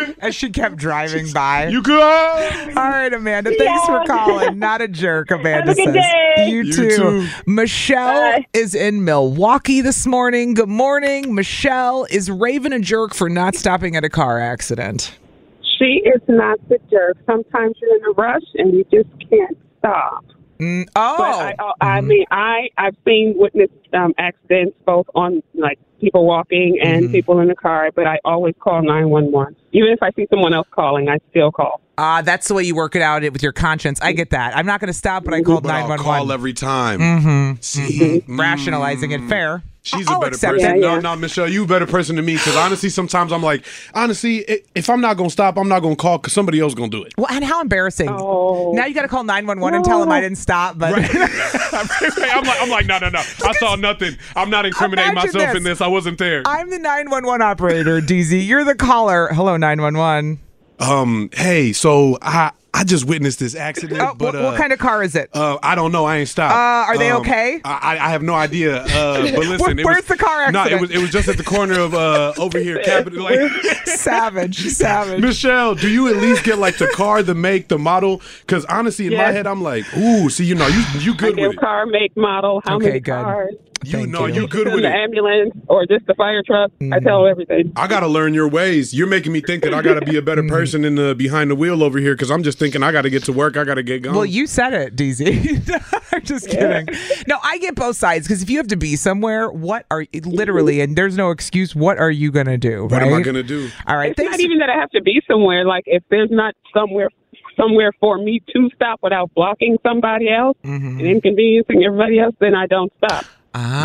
S3: good?"
S2: And she kept driving by. You
S3: good?
S2: All right, Amanda. Thanks for
S8: Yeah.
S2: calling. Not a jerk, Amanda
S8: Have a good
S2: says.
S8: day.
S2: You,
S8: You
S2: too.
S8: too.
S2: Michelle is in Milwaukee this morning. Good morning, Michelle. Is Raven a jerk for not stopping at a car accident?
S9: She is not the jerk. Sometimes you're in a rush and you just can't stop.
S2: Mm, oh,
S9: but I, I mean, I I've seen witnessed um, accidents both on like people walking and
S2: Mm-hmm.
S9: people in the car. But I always call nine one one, even if I see someone else calling, I still call.
S2: Ah, that's the way you work it out with your conscience. I get that. I'm not going to stop, but I called
S3: But I'll
S2: 911.
S3: call every time.
S2: Mhm.
S3: See?
S2: Rationalizing it fair.
S3: She's
S2: I'll
S3: a better
S2: accept
S3: person.
S2: it.
S3: No, no, Michelle, you a better person than me. Because honestly, sometimes I'm like, honestly, i- if I'm not gonna stop, I'm not gonna call because somebody else gonna do it.
S2: Well, and how embarrassing. Now you got to call 911 and tell them I didn't stop, but
S3: I'm like, I'm like, no, no, no. I saw nothing. I'm not incriminating
S2: Imagine
S3: myself
S2: this. Uh,
S3: in this. I wasn't there.
S2: I'm the 911 operator, DZ. You're the caller. Hello, 911.
S3: Um, hey, so I I just witnessed this accident.
S2: Oh,
S3: but
S2: what- what
S3: uh,
S2: kind of car is it?
S3: Uh, I don't know. I ain't stopped.
S2: Uh, are they
S3: Um,
S2: okay?
S3: I, I I have no idea. Uh, but
S2: Where-
S3: listen, it
S2: where's
S3: was,
S2: the car
S3: No,
S2: accident?
S3: it was it was just at the corner of uh, over here, Capitol. Like,
S2: savage, savage.
S3: Michelle, do you at least get like the car, the make, the model? Because honestly, in my
S9: Yes.
S3: head, I'm like, ooh, see, you know, you you good
S9: Like
S3: with
S9: your
S3: it.
S9: car make model, how
S3: Okay,
S9: many
S3: good.
S9: cars?
S3: You know, you good
S9: In
S3: with
S9: the
S3: it.
S9: ambulance or just the fire truck? I
S2: Mm-hmm.
S9: tell everything.
S3: I gotta learn your ways. You're making me think that I gotta be a
S2: Mm-hmm.
S3: better person in the behind the wheel over here because I'm just thinking I gotta get to work. I gotta get going.
S2: Well, you said it, DZ. I'm just kidding. No, I get both sides because if you have to be somewhere, what are literally, and there's no excuse, what are you going to do?
S3: what am I
S2: right?
S3: gonna do?
S2: All right.
S9: It's not even that I have to be somewhere. Like if there's not somewhere somewhere for me to stop without blocking somebody else
S2: Mm-hmm.
S9: and inconveniencing everybody else, then I don't stop.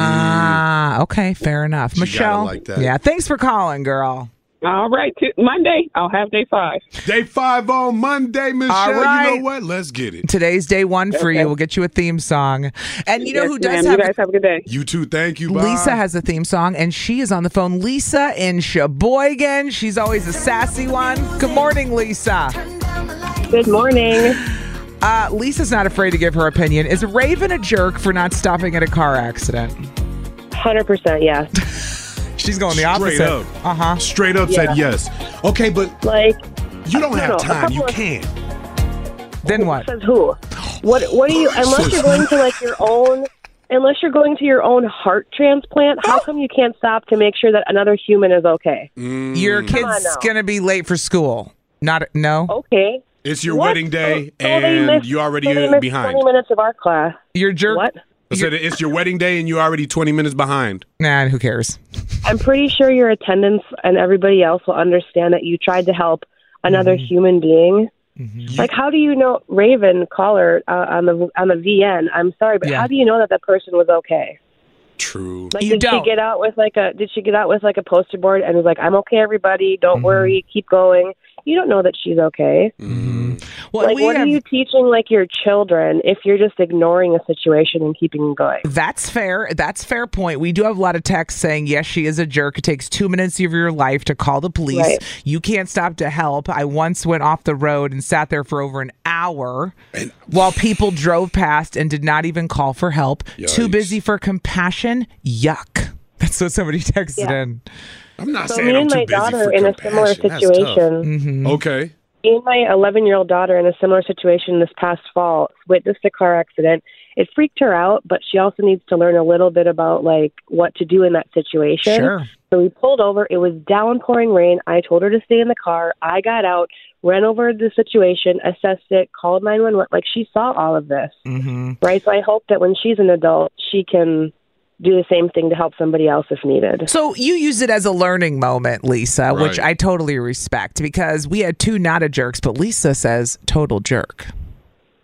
S2: Ah, okay. Fair enough. Michelle.
S9: like that.
S2: Yeah. Thanks for calling, girl.
S9: All right, t- Monday I'll have day five.
S3: Day five on Monday, Michelle.
S2: All right.
S3: You know what? Let's get it.
S2: Today's day one for
S3: Okay.
S2: you. We'll get you a theme song. And you know
S9: Yes,
S2: who does
S9: ma'am. You
S2: have,
S9: guys have a good day.
S3: You too. Thank you. Bye.
S2: Lisa has a theme song, and she is on the phone. Lisa in Sheboygan. She's always a sassy one. Good morning, Lisa.
S10: Good morning.
S2: Uh, Lisa's not afraid to give her opinion. Is Raven a jerk for not stopping at a car accident?
S10: Hundred percent, yes.
S2: She's going the
S3: Straight
S2: opposite.
S3: up.
S2: Uh huh.
S3: Straight up said
S10: Yeah.
S3: yes. Okay, but
S10: like
S3: you don't
S10: I
S3: have
S10: don't know, a
S3: time. You
S10: couple of-
S3: can't.
S2: Then what?
S10: Says who? What? What do you? Unless you're going to like your own, unless you're going to your own heart transplant, how come you can't stop to make sure that another human is okay?
S3: Mm.
S2: Your
S10: Come on
S2: kid's
S10: now.
S2: gonna be late for school. Not no.
S10: Okay.
S3: It's your
S10: What?
S3: wedding day,
S10: So- so they
S3: and
S10: missed-
S3: you already
S10: so they missed
S3: behind.
S10: Twenty minutes of art class.
S2: Your jerk.
S10: What?
S3: I said it's your wedding day, and you're already 20 minutes behind.
S2: Nah, who cares?
S10: I'm pretty sure your attendance and everybody else will understand that you tried to help another
S3: Mm-hmm.
S10: human being. Like, how do you know Raven caller uh, on the on the VN? I'm sorry, but how do you know that that person was okay?
S3: True.
S10: Like, did she get
S2: Mm-hmm.
S10: out with like a did she get out with like a poster board and was like, "I'm okay, everybody. Don't worry, keep going." you don't know that she's okay.
S2: Mm-hmm. Well,
S10: like,
S2: we
S10: what
S2: have-
S10: are you teaching like your children if you're just ignoring a situation and keeping it going?
S2: That's fair. That's fair point. We do have a lot of texts saying, yes, she is a jerk. It takes two minutes of your life to call the police.
S10: Right.
S2: You can't stop to help. I once went off the road and sat there for over an hour while people drove past and did not even call for help. Too busy for compassion. Yuck. That's what somebody texted in.
S3: I'm not
S10: so me and my daughter in a similar situation.
S2: Mm-hmm.
S3: Okay.
S10: Me and my 11 year old daughter in a similar situation this past fall witnessed a car accident. It freaked her out, but she also needs to learn a little bit about like what to do in that situation.
S11: Sure.
S10: So we pulled over. It was downpouring rain. I told her to stay in the car. I got out, ran over the situation, assessed it, called 911. Like she saw all of this,
S2: Mm-hmm.
S10: right? So I hope that when she's an adult, she can do the same thing to help somebody else if needed.
S2: So you use it as a learning moment, Lisa, which I totally respect because we had two not a jerks, but Lisa says total jerk.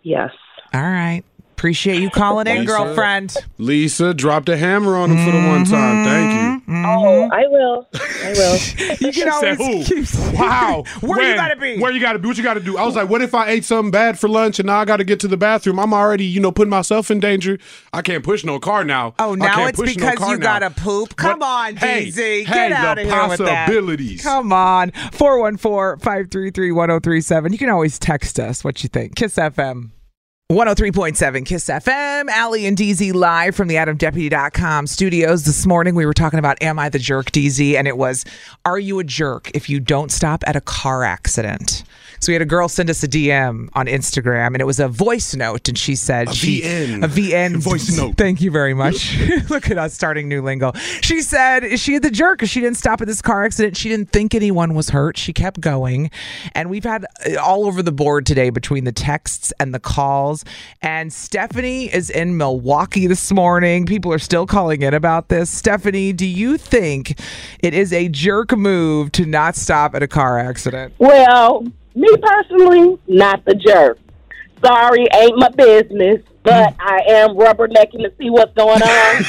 S10: Yes.
S2: All right. Appreciate you calling in,
S3: Lisa.
S2: girlfriend. Mm-hmm.
S3: Lisa dropped a hammer on him for the one time. Thank you.
S10: Oh, I will. I will.
S2: you
S3: She said, "Who? wow.
S2: Where you gotta
S3: be? Where you gotta be? What you gotta do? I was like, what if I ate something bad for lunch and now I gotta get to the bathroom? I'm already, you know, putting myself in danger. I can't push no car now.
S2: Oh,
S3: I
S2: now
S3: can't
S2: it's
S3: push no
S2: because
S3: car
S2: you got
S3: now.
S2: to poop. Come
S3: What-
S2: on,
S3: Hey,
S2: DZ.
S3: hey,
S2: Get
S3: the
S2: out of here with that.
S3: possibilities.
S2: Come on. 414-533-1037. You can always text us what you think. Kiss FM. 103.7 Kiss FM, Allie and DZ live from the AdamDeputy.com studios. This morning we were talking about Am I the Jerk, DZ? And it was, Are you a jerk if you don't stop at a car accident? So we had a girl send us a DM on Instagram and it was a voice note. And she said, A she,
S3: VN.
S2: A VN. Voice note. Thank you very much. Look at us starting new lingo. She said, Is she the jerk? 'Cause She didn't stop at this car accident. She didn't think anyone was hurt. She kept going. And we've had uh, all over the board today between the texts and the calls. And Stephanie is in Milwaukee this morning. People are still calling in about this. Stephanie, do you think it is a jerk move to not stop at a car accident?
S12: Well, me personally, not the jerk. Sorry, ain't my business, but I am rubbernecking to see what's going on.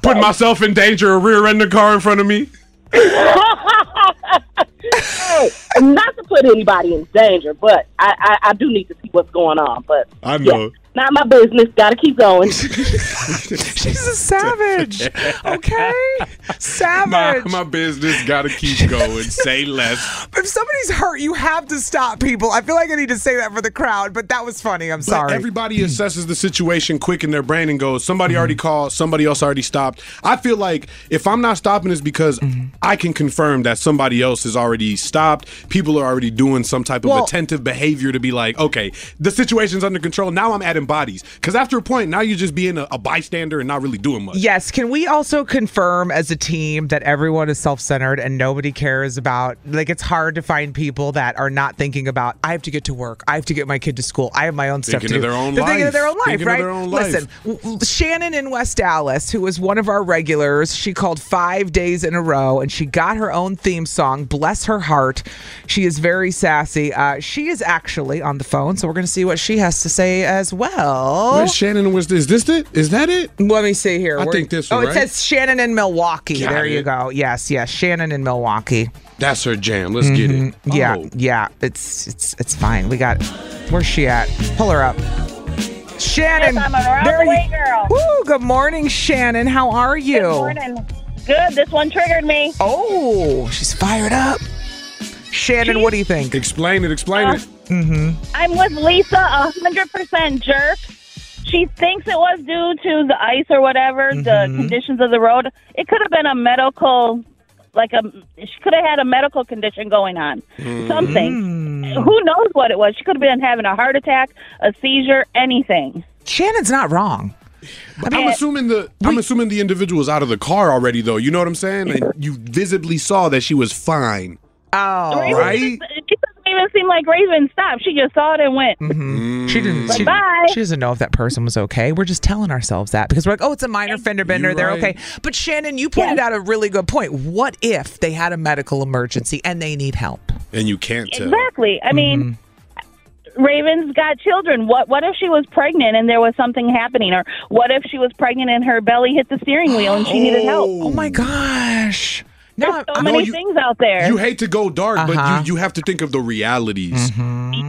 S3: Putting myself in danger of rear ending the car in front of me.
S12: hey, not to put anybody in danger, but I, I, I do need to see what's going on. But
S3: I know.
S12: not my business. Gotta keep going.
S2: She's a savage. Okay? Savage.
S3: My, my business gotta keep going. Say less.
S2: If somebody's hurt, you have to stop people. I feel like I need to say that for the crowd, but that was funny. I'm
S3: But
S2: sorry.
S3: everybody assesses the situation quick in their brain and goes, somebody already called, somebody else already stopped. I feel like if I'm not stopping, it's because I can confirm that somebody else has already stopped. People are already doing some type of
S2: Well-
S3: attentive behavior to be like, okay, the situation's under control. Now I'm adding bodies. Because after a point, now you're just being a, a bystander and not really doing much.
S2: Yes, can we also confirm as a team that everyone is self-centered and nobody cares about like it's hard to find people that are not thinking about I have to get to work, I have to get my kid to school, I have my own stuff
S3: Thinking
S2: to
S3: of
S2: do.
S3: their own
S2: They're thinking of
S3: life.
S2: their own life,
S3: Thinking of
S2: right?
S3: their own life.
S2: Listen, w- w- Shannon in West Dallas, who was one of our regulars, she called 5 days in a row and she got her own theme song, bless her heart. She is very sassy. Uh, she is actually on the phone, so we're going to see what she has to say as well.
S3: Where's Shannon? Was is this it? Is that it?
S2: Let me see here.
S3: I
S2: Where-
S3: think this
S2: Oh,
S3: one.
S2: it says Shannon in Milwaukee.
S3: Got
S2: there you
S3: it.
S2: go. Yes, yes, Shannon in Milwaukee.
S3: That's her jam. Let's get it. Oh.
S2: Mhm. Yeah, yeah. It's it's it's fine. We got. Where's she at? Pull her up. Shannon,
S11: Yes, I'm a
S2: there
S11: rockaway
S2: you-
S11: girl.
S2: Woo, good morning, Shannon. How are you?
S11: Good morning. Good. This one triggered me.
S2: Oh, she's fired up. Shannon, what do you think?
S3: Explain it. Explain it.
S11: Uh,
S2: Mm-hmm.
S11: I'm with Lisa, a hundred percent jerk. She thinks it was due to the ice or whatever,
S2: Mm-hmm.
S11: the conditions of the road. It could have been a medical, like a she could have had a medical condition going on, something. Who knows what it was? She could have been having a heart attack, a seizure, anything.
S2: Shannon's not wrong.
S3: I am assuming the I'm assuming the individual's out of the car already though. You know what I'm saying? And you visibly saw that she was fine.
S2: Oh,
S11: Raven
S3: right.
S11: just- It doesn't even seem like Raven stopped. She just saw it and went.
S2: Mm-hmm. She didn't. She,
S11: Bye-bye.
S2: she doesn't know if that person was okay. We're just telling ourselves that because we're like, oh, it's a minor fender bender. They're
S11: right.
S2: okay. But Shannon, you pointed out a really good point. What if they had a medical emergency and they need help?
S3: And you can't tell.
S11: Exactly. I
S2: Mm-hmm.
S11: mean, Raven's got children. What what if she was pregnant and there was something happening, or what if she was pregnant and her belly hit the steering wheel and she needed help?
S2: Oh my Oh gosh! Now
S11: so many
S3: you-
S11: things out there.
S3: You hate to go dark,
S2: Uh-huh. Mm-hmm.
S3: but you, you have to think of the realities.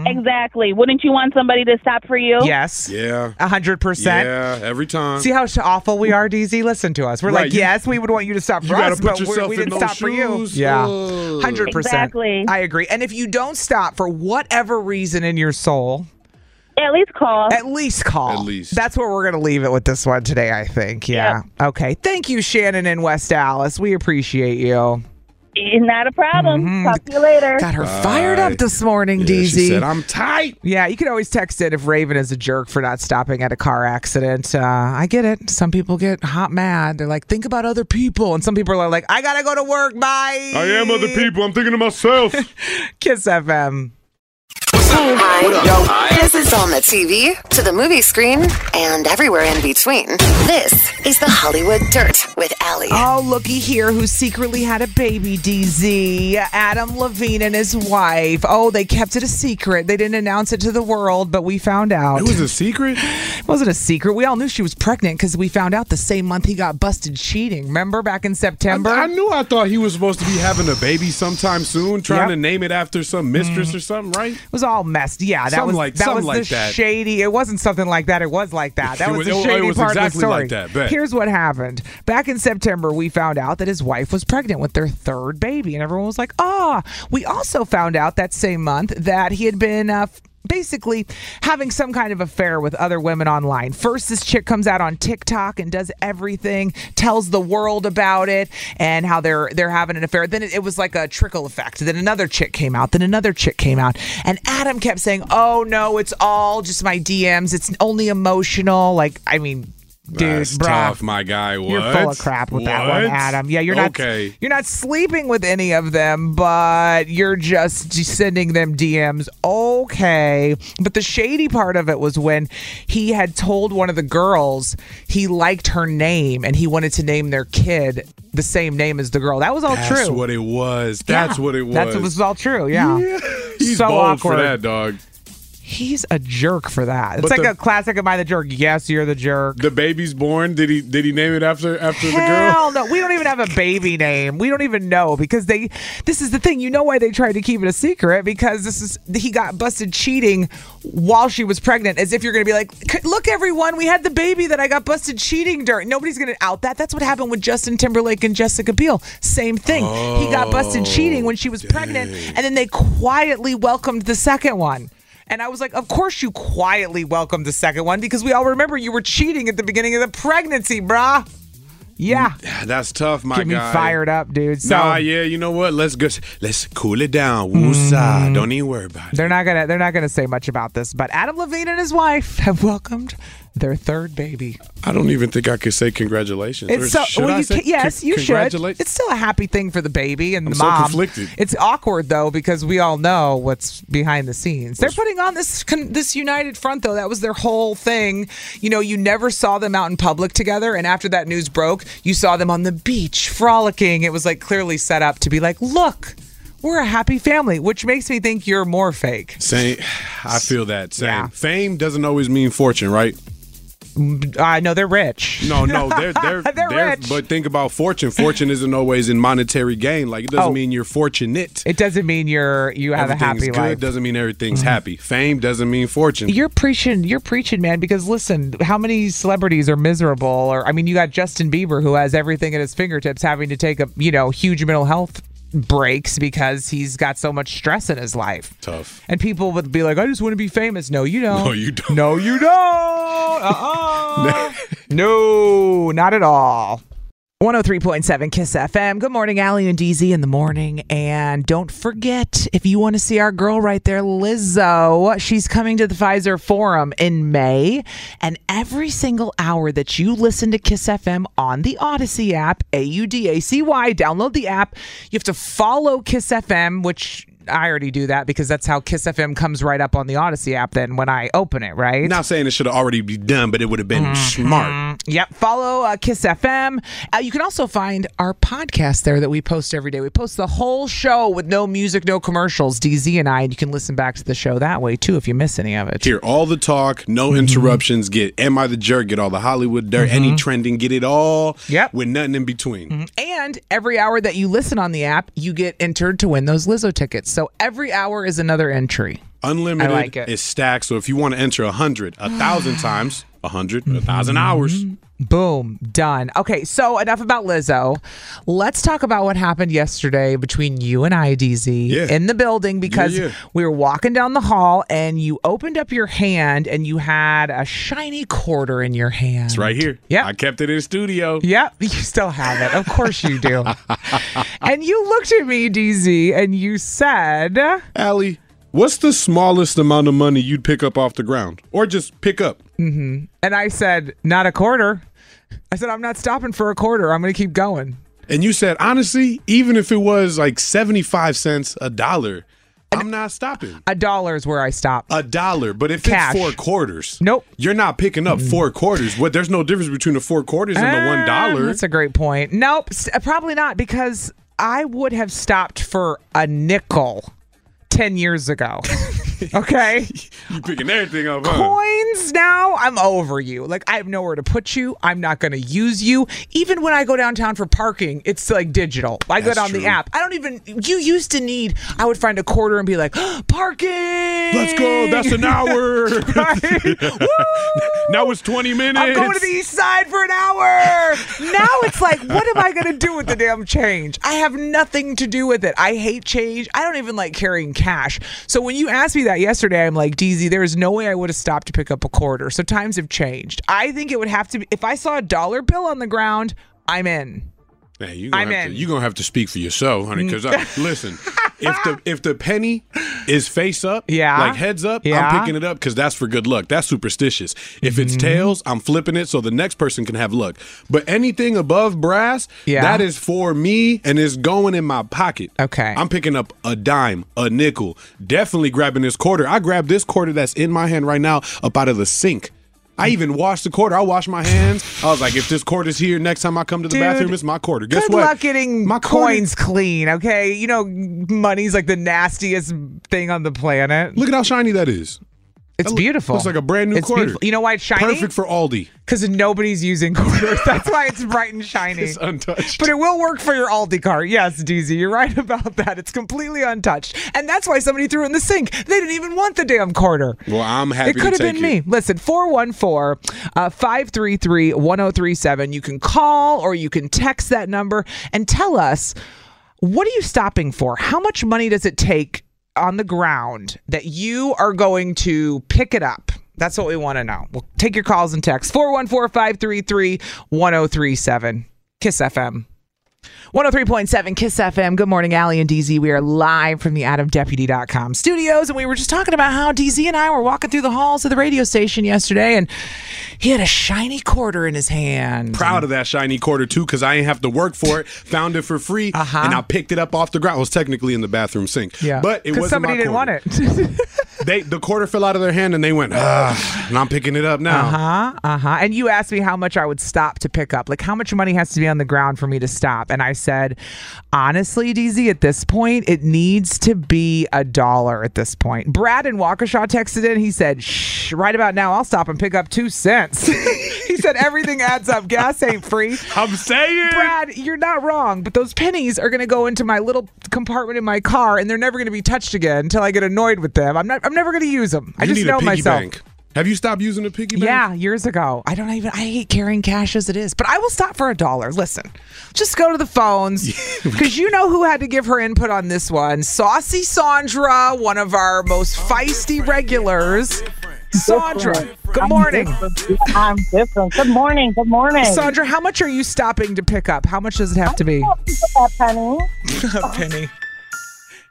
S11: exactly. Wouldn't you want somebody to stop for you?
S2: Yes.
S3: Yeah.
S2: A hundred percent.
S3: Yeah, every time.
S2: See how sh- awful we are, DZ? Listen to us. We're
S3: Right,
S2: like,
S3: you-
S2: yes, we would want you to stop
S3: you
S2: for
S3: gotta
S2: us,
S3: put
S2: but we're,
S3: yourself
S2: we
S3: in
S2: didn't
S3: those
S2: stop for you.
S3: shoes.
S2: Yeah,
S3: Ugh.
S2: hundred percent.
S11: Exactly.
S2: I agree. And if you don't stop for whatever reason in your soul,
S11: at least call.
S2: At least call.
S3: At least.
S2: That's where we're gonna leave it with this one today. I think. Yeah. Okay. Thank you, Shannon and West Dallas. We appreciate you.
S11: It's not a problem. Talk to you later.
S2: Mm-hmm. Got her fired up this morning, DZ.
S3: tight.
S2: Yeah, you can always text it if Raven is a jerk for not stopping at a car accident. Uh, I get it. Some people get hot mad. They're like, think about other people. And some people are like, I got to go to work. Bye.
S3: I am other people. I'm thinking to myself.
S2: Kiss FM.
S1: This is on the TV, to the movie screen, and everywhere in between. This is the Hollywood Dirt with Allie.
S2: Oh, looky here who secretly had a baby, DZ. Adam Levine and his wife. Oh, they kept it a secret. They didn't announce it to the world, but we found out. It was
S3: a secret?
S2: It wasn't a secret. We all knew she was pregnant because we found out the same month he got busted cheating. Remember back in September?
S3: I knew I thought he was supposed to be having a baby sometime soon, trying
S2: Yep. Mm. Mm-hmm.
S3: to name it after some mistress or something, right?
S2: It was all messed. Yeah, that
S3: Something
S2: was
S3: like-
S2: that
S3: something
S2: was
S3: like
S2: the
S3: that.
S2: shady. It wasn't something like that. It was like that. That
S3: It
S2: was,
S3: was-
S2: the
S3: it
S2: shady
S3: was
S2: part of the
S3: exactly
S2: story.
S3: like that. Bet.
S2: Here's what happened. Back in September, we found out that his wife was pregnant with their third baby, and everyone was like, "Ah!" We also found out that same month that he had been. Uh, f- Basically, having some kind of affair with other women online. First, this chick comes out on TikTok and does everything, tells the world about it and how they're they're having an affair. Then it, it was like a trickle effect. Then another chick came out. Then another chick came out, and Adam kept saying, "Oh no, it's all just my DMs. It's only emotional." Like, I mean, dude,
S3: That's
S2: bruh.
S3: tough, my guy. What?
S2: You're full of crap with that one,
S3: What?
S2: Adam. Yeah, you're not
S3: okay.
S2: you're not sleeping with any of them, but you're just sending them DMs. Okay. But the shady part of it was when he had told one of the girls he liked her name and he wanted to name their kid the same name as the girl. That was all
S3: That's
S2: true.
S3: what it was. That's
S2: Yeah.
S3: what it was.
S2: That's what was all true. Yeah.
S3: He's
S2: so
S3: bold
S2: awkward.
S3: for that, dog.
S2: He's a jerk for that. It's
S3: But
S2: like
S3: the-
S2: a classic "Am I the jerk?" Yes, you're the jerk.
S3: The baby's born. Did he? Did he name it after after
S2: Hell no, we don't even have a baby name. We don't even know because they. This is the thing. You know why they tried to keep it a secret because this is he got busted cheating while she was pregnant. As if you're going to be like, "C- look, everyone, we had the baby that I got busted cheating during. Nobody's going to out that. That's what happened with Justin Timberlake and Jessica Biel. Same thing. he got
S3: Oh,
S2: busted cheating when she was pregnant, and then they quietly welcomed the second one. And I was like, of course you quietly welcomed the second one because we all remember you were cheating at the beginning of the pregnancy, bruh. Yeah.
S3: the girl? That's tough, my
S2: Get me
S3: guy.
S2: fired up, dude. So
S3: nah, yeah. You know what? Let's go. Let's cool it down. Woosah.
S2: Mm.
S3: Don't even worry about it.
S2: they're not gonna they're not gonna say much about this, but Adam Levine and his wife have welcomed their third baby.
S3: I don't even think I could say congratulations. Or
S2: It's so
S3: should
S2: well,
S3: I
S2: you
S3: say
S2: ca- yes,
S3: con-
S2: you should.
S3: congratulate-
S2: It's still a happy thing for the baby and
S3: I'm
S2: the
S3: so
S2: mom.
S3: conflicted.
S2: It's awkward though because we all know what's behind the scenes. They're putting on this con- this united front though. That was their whole thing. You know, you never saw them out in public together, and after that news broke, you saw them on the beach frolicking. It was like clearly set up to be like, look, we're a happy family, which makes me think you're more fake.
S3: Same. I feel that. Same. Fame doesn't always mean fortune, right?
S2: Mm, I know they're rich.
S3: No, Oh, no, they're they're
S2: They're rich.
S3: But think about fortune. Fortune isn't always in monetary gain. Like it doesn't
S2: Oh.
S3: mean you're fortunate.
S2: It doesn't mean you're you have a
S3: everything's
S2: happy
S3: good.
S2: life. Mm.
S3: Doesn't mean everything's happy. Fame doesn't mean fortune.
S2: You're preaching, you're preaching, man. Because listen, how many celebrities are miserable? Or I mean, you got Justin Bieber who has everything at his fingertips, having to take a you know huge mental health breaks because he's got so much stress in his life.
S3: Tough.
S2: And people would be like, "I just want to be famous." No, you don't.
S3: No, you don't.
S2: No, you don't. Uh-uh. no, not at all. 103.7 Kiss FM. Good morning, Allie and DZ in the morning. And don't forget, if you want to see our girl right there, Lizzo, she's coming to the Pfizer Forum in May. And every single hour that you listen to Kiss FM on the Odyssey app, A U D A C Y, download the app. You have to follow Kiss FM, which I already do that because that's how Kiss FM comes right up on the Odyssey app. Then when I open it, right?
S3: Not saying it should have already been done, but it would have been
S2: Mm-hmm.
S3: smart.
S2: Yep. Follow uh, Kiss FM. Uh, you can also find our podcast there that we post every day. We post the whole show with no music, no commercials, DZ and I, and you can listen back to the show that way too if you miss any of it.
S3: Hear all the talk,
S2: Mm-hmm.
S3: no interruptions. Get Am I the Jerk? Get all the Hollywood dirt, any trending, get it all. Yep. With nothing in between.
S2: Mm-hmm. And every hour that you listen on the app, you get entered to win those Lizzo tickets. So every hour is another entry.
S3: Unlimited
S2: I like it.
S3: is stacked. So if you want to enter a hundred, a thousand times, a 100 a thousand
S2: Mm-hmm.
S3: hours.
S2: Boom, done. Okay, so enough about Lizzo. Let's talk about what happened yesterday between you and I, DZ, in the building because
S13: yeah.
S2: we were walking down the hall and you opened up your hand and you had a shiny quarter in your hand.
S3: It's right here. Yeah. I kept it in the studio.
S2: Yep, you still have it. Of course you do. and you looked at me, DZ, and you said,
S3: Allie, What's the smallest amount of money you'd pick up off the ground or just pick up?
S2: Mm-hmm. And I said, not a quarter. I said, I'm not stopping for a quarter. I'm going to keep going.
S3: And you said, honestly, even if it was like 75 cents, a dollar, I'm not stopping.
S2: A dollar is where I stop.
S3: A dollar. But if
S2: Cash.
S3: it's four quarters,
S2: nope.
S3: You're not picking up four quarters. What there's no difference between the four quarters and the one
S2: Ah,
S3: dollar.
S2: That's a great point. Nope, s- uh, probably not because I would have stopped for a nickel 10 years ago. okay?
S3: You picking everything up, huh?
S2: Coins now, I'm over you. Like, I have nowhere to put you. I'm not going to use you. Even when I go downtown for parking, it's like digital. I go
S13: That's
S2: down the
S13: true.
S2: app. I don't even, you used to need, I would find a quarter and be like, parking. Let's
S3: go. That's an hour. now it's 20 minutes.
S2: I'm going to the east side for an hour. now it's like, what am I going to do with the damn change? I have nothing to do with it. I hate change. I don't even like carrying cash. So when you asked me that yesterday, I'm like, DZ, there is no way I would have stopped to pick up a quarter. So times have changed. I think it would have to be, if I saw a dollar bill on the ground, I'm in.
S3: Man, you gonna
S2: I'm
S3: have
S2: in.
S3: To, you gonna have to speak for yourself, honey. Because listen, if the if the penny is face up,
S2: Yeah.
S3: like heads up,
S2: Yeah. Mm-hmm.
S3: I'm picking it up because that's for good luck. That's superstitious. If it's tails, I'm flipping it so the next person can have luck. But anything above brass,
S2: Yeah.
S3: that is for me and it's going in my pocket.
S2: Okay,
S3: I'm picking up a dime, a nickel, definitely grabbing this quarter. I grabbed this quarter that's in my hand right now up out of the sink. I even washed the quarter. I washed my hands. I was like, if this quarter's here next time I come to the
S2: Dude,
S3: bathroom, it's my quarter. Guess
S2: Good
S3: what?
S2: luck getting my
S3: quarter-
S2: coins clean, okay? You know, money's like the nastiest thing on the planet.
S3: Look at how shiny that is.
S2: It's
S3: That loo-
S2: beautiful.
S3: Looks like a brand new
S2: It's
S3: quarter.
S2: beautiful. You know why it's shiny?
S3: Perfect for Aldi.
S2: Because nobody's using quarters. That's why it's bright and shiny.
S3: It's untouched.
S2: But it will work for your Aldi card. Yes, DZ, you're right about that. It's completely untouched. And that's why somebody threw it in the sink. They didn't even want the damn quarter.
S3: Well, I'm happy
S2: It could
S3: to
S2: have been
S3: take
S2: me. Listen, 414 uh, 533 1037. You can call or you can text that number and tell us what are you stopping for? How much money does it take on the ground that you are going to pick it up? That's what we want to know. We'll take your calls and texts 414 533 1037. Kiss FM. 103.7 Kiss FM. Good morning, Allie and DZ. We are live from the AdamDeputy.com studios, and we were just talking about how DZ and I were walking through the halls of the radio station yesterday, and he had a shiny quarter in his hand.
S3: Proud of that shiny quarter too, because I ain't have to work for it. Found it for free,
S2: Uh-huh.
S3: and I picked it up off the ground. It was technically in the bathroom sink,
S2: Yeah,
S3: but it
S2: 'Cause
S3: wasn't
S2: somebody
S3: my
S2: didn't
S3: quarter.
S2: want it.
S3: they the quarter fell out of their hand and they went, ah, and I'm picking it up now.
S2: Uh huh. Uh huh. And you asked me how much I would stop to pick up. Like, how much money has to be on the ground for me to stop? And I said, honestly, DZ, at this point, it needs to be a dollar at this point. Brad in Waukesha texted in. He said, shh, right about now, I'll stop and pick up two cents. he said, everything adds up. Gas ain't free.
S3: I'm saying.
S2: Brad, you're not wrong, but those pennies are going to go into my little compartment in my car and they're never going to be touched again until I get annoyed with them. I'm not, I'm never going to use them. I
S3: You
S2: just
S3: need a
S2: know
S3: piggy
S2: myself.
S3: bank. Have you stopped using a piggy bank?
S2: Yeah, years ago. I don't even. I hate carrying cash as it is, but I will stop for a dollar. Listen, just go to the phones because you know who had to give her input on this one. Saucy Sandra, one of our most feisty regulars. Sandra, good
S13: I'm
S2: morning.
S13: I'm different. Good morning. Good morning.
S2: Sandra, how much are you stopping to pick up? How much does it have to be?
S13: That penny.
S2: a penny.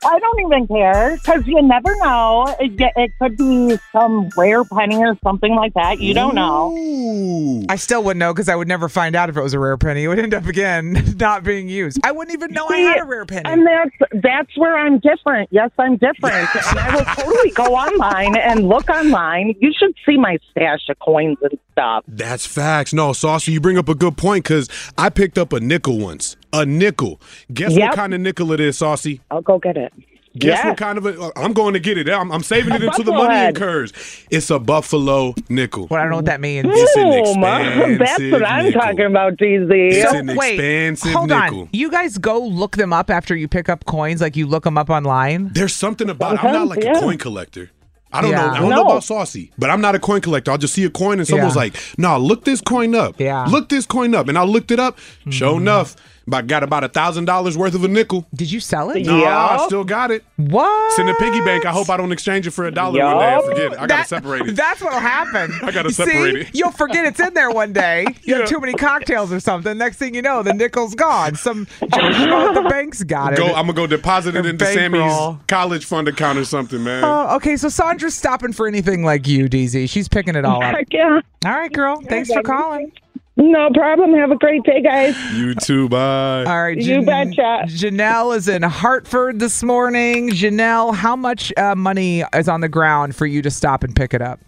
S13: I don't even care because you never know. It, it could be some rare penny or something like that. You don't know.
S2: I still wouldn't know because I would never find out if it was a rare penny. It would end up again not being used. I wouldn't even know I had a rare penny.
S13: And that's that's where I'm different. Yes, I'm different. and I will totally go online and look online. You should see my stash of coins and stuff.
S3: That's facts. No, Saucy, you bring up a good point because I picked up a nickel once. A nickel. Guess
S13: Yep.
S3: what kind of nickel it is, Saucy?
S13: I'll go get it.
S3: Guess
S13: Yeah.
S3: what kind of a. Uh, I'm going to get it. I'm, I'm saving
S13: A
S3: it until the money
S13: buffalohead.
S3: incurs. It's a buffalo nickel. Well,
S2: I don't know what that means.
S3: It's an
S13: Boom.
S3: expensive
S13: That's what I'm
S3: nickel.
S13: talking about, DZ.
S3: It's an expensive
S2: hold
S3: nickel.
S2: on. You guys go look them up after you pick up coins, like you look them up online.
S3: There's something about. I'm not like a coin collector. I don't know.
S2: Yeah.
S3: I don't
S2: No.
S3: know about Saucy, but I'm not a coin collector. I'll just see a coin and someone's
S2: Yeah.
S3: like, "Nah, look this coin up. Yeah, look this coin up." And I looked it up.
S2: Mm-hmm.
S3: Sure enough, I got about a thousand dollars worth of a nickel.
S2: Did you sell it?
S3: No, I
S2: Yup.
S3: still got it.
S2: What?
S3: It's in the piggy bank. I hope I don't exchange it for a dollar one day. I
S2: Yup.
S3: forget. it. I gotta
S2: That-
S3: separate it.
S2: That's what'll happen.
S3: I gotta
S2: You
S3: separate
S2: See?
S3: it.
S2: You'll forget it's in there one day. You have too many cocktails or something. Next thing you know, the nickel's gone. Some jerk at the bank's got it.
S3: Go, I'm gonna go deposit it
S2: Your
S3: into
S2: bankroll.
S3: Sammy's college fund account or something, man.
S2: Oh, okay, so Sandra's stopping for anything like you, DZ. She's picking it all up.
S13: Heck yeah.
S2: All right, girl. Thanks for calling.
S13: No problem. Have a great day, guys.
S3: you too. Bye.
S2: All right,
S13: You
S2: betcha. Janelle is in Hartford this morning. Janelle, how much uh, money is on the ground for you to stop and pick it up?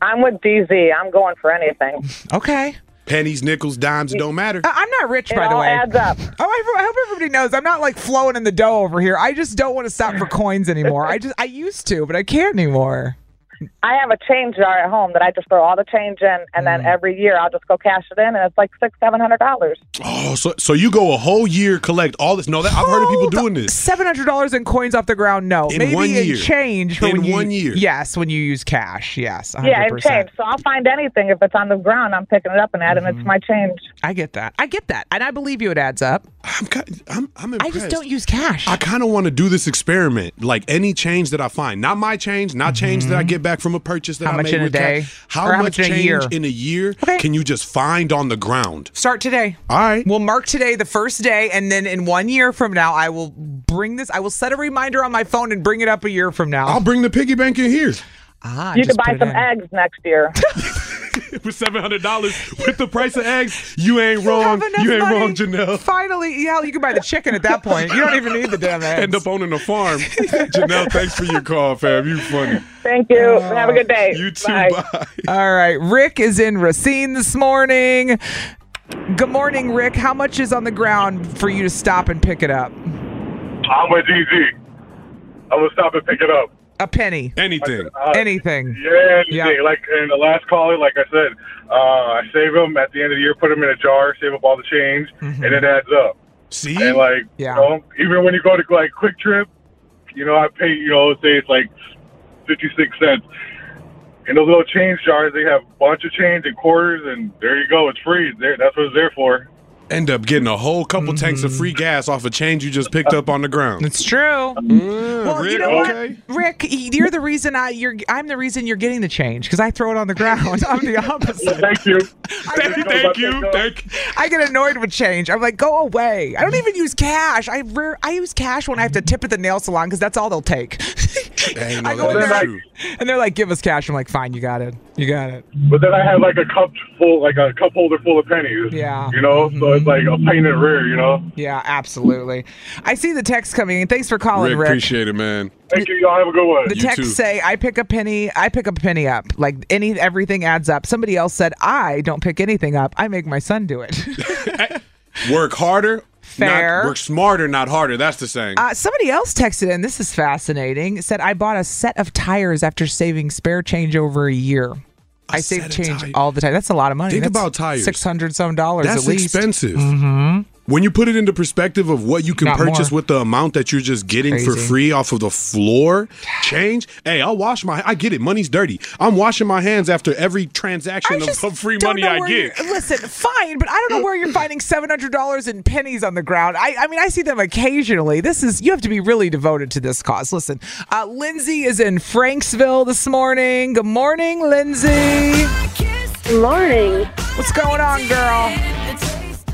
S13: I'm with DZ. I'm going for anything.
S2: Okay.
S3: Pennies, nickels, dimes, it don't matter.
S2: I- I'm not rich,
S13: It
S2: by the
S13: all
S2: way.
S13: adds up.
S2: Oh, I, I hope everybody knows I'm not like flowing in the dough over here. I just don't want to stop for coins anymore. I just I used to, but I can't anymore.
S13: I have a change jar at home that I just throw all the change in, and then every year I'll just go cash it in, and it's like six, seven hundred dollars.
S3: Oh, so so you go a whole year collect all this? No, that I've heard of people doing this.
S2: Seven hundred dollars in coins off the ground. No,
S3: In
S2: maybe
S3: one
S2: in
S3: year.
S2: change for
S3: In
S2: when you,
S3: one year.
S2: Yes, when you use cash. Yes, 100%.
S13: Yeah, and change. So I'll find anything if it's on the ground. I'm picking it up and adding it to my change.
S2: I get that. I get that, and I believe you. It adds up.
S3: I'm I'm, I'm
S2: I just don't use cash.
S3: I kind of want to do this experiment. Like any change that I find, not my change, not change that I get back from a purchase that
S2: How
S3: I
S2: much
S3: made
S2: in a
S3: with cash.
S2: day?
S3: How,
S2: Or how much
S3: much
S2: in a
S3: change
S2: year?
S3: in a year can you just find on the ground?
S2: Start today.
S3: All right.
S2: We'll mark today the first day, and then in one year from now, I will bring this. I will set a reminder on my phone and bring it up a year from now.
S3: I'll bring the piggy bank in here.
S2: Ah,
S13: you
S2: just
S13: could
S2: put
S13: buy
S2: it
S13: some
S2: in.
S13: eggs next year.
S3: With seven hundred dollars, with the price of eggs, you ain't wrong.
S2: enough
S3: You ain't
S2: money.
S3: wrong, Janelle.
S2: Finally, yeah, you can buy the chicken at that point. You don't even need the damn eggs.
S3: End up owning a farm. Janelle, thanks for your call, fam. You funny.
S13: Thank you. Have a good day.
S3: Oh. You too. bye.
S2: All right, Rick is in Racine this morning. Good morning, Rick. How much is on the ground for you to stop and pick it up?
S14: I'm with DZ. I'm gonna stop and pick it up.
S2: A penny.
S3: Anything.
S2: Anything.
S14: Yeah, anything. Like in the last caller, like I said, uh, I save them at the end of the year, put them in a jar, save up all the change,
S2: Mm-hmm.
S14: and it adds up.
S3: See,
S14: and like
S2: Yeah.
S14: you know, even when you go to like Quick Trip, you know I pay. You know, let's say it's like fifty six cents. In those little change jars, they have a bunch of change and quarters, and there you go. It's free. There, that's what it's there for.
S3: End up getting a whole couple tanks of free gas off a change you just picked up on the ground.
S2: It's true. well, you
S3: Mm, Rick,
S2: know
S3: okay.
S2: what, Rick, you're the reason I you're I'm the reason you're getting the change because I throw it on the ground. I'm the opposite.
S14: Thank you.
S3: thank, thank you. Thank you.
S2: I get annoyed with change. I'm like, go away. I don't even use cash. I rare, I use cash when I have to tip at the nail salon because that's all they'll take.
S3: Hey,
S2: I go in there and they're like, give us cash. I'm like, fine, you got it. You got it.
S14: But then I had like a cup full, like a cup holder full of pennies.
S2: Yeah. Mm-hmm.
S14: You know, so it's like a pain in the rear. You know.
S2: Yeah, absolutely. I see the text coming in. Thanks for calling,
S3: Rick,
S2: Rick.
S3: appreciate it, man.
S14: Thank you. Y'all have a good one.
S2: The texts say I pick a penny. I pick a penny up. Like any everything adds up. Somebody else said I don't pick anything up. I make my son do it.
S3: Work harder.
S2: Fair.
S3: Not, work smarter, not harder. That's the saying.
S2: Uh, somebody else texted in. This is fascinating. Said I bought a set of tires after saving spare change over a year. I save change all the time. That's a lot of money.
S3: Think
S2: That's
S3: about tires.
S2: Six hundred some dollars.
S3: That's
S2: at least.
S3: expensive.
S2: hmm
S3: When you put it into perspective of what you can
S2: Not
S3: purchase
S2: more.
S3: with the amount that you're just getting for
S2: Crazy.
S3: free off of the floor, change. Hey, I'll wash my. I get it. Money's dirty. I'm washing my hands after every transaction of, of free money I get.
S2: Listen, fine, but I don't know where you're finding seven hundred dollars in pennies on the ground. I, I mean, I see them occasionally. This is you have to be really devoted to this cause. Listen, uh, Lindsay is in Franksville this morning. Good morning, Lindsay.
S15: Good morning.
S2: What's going on, girl?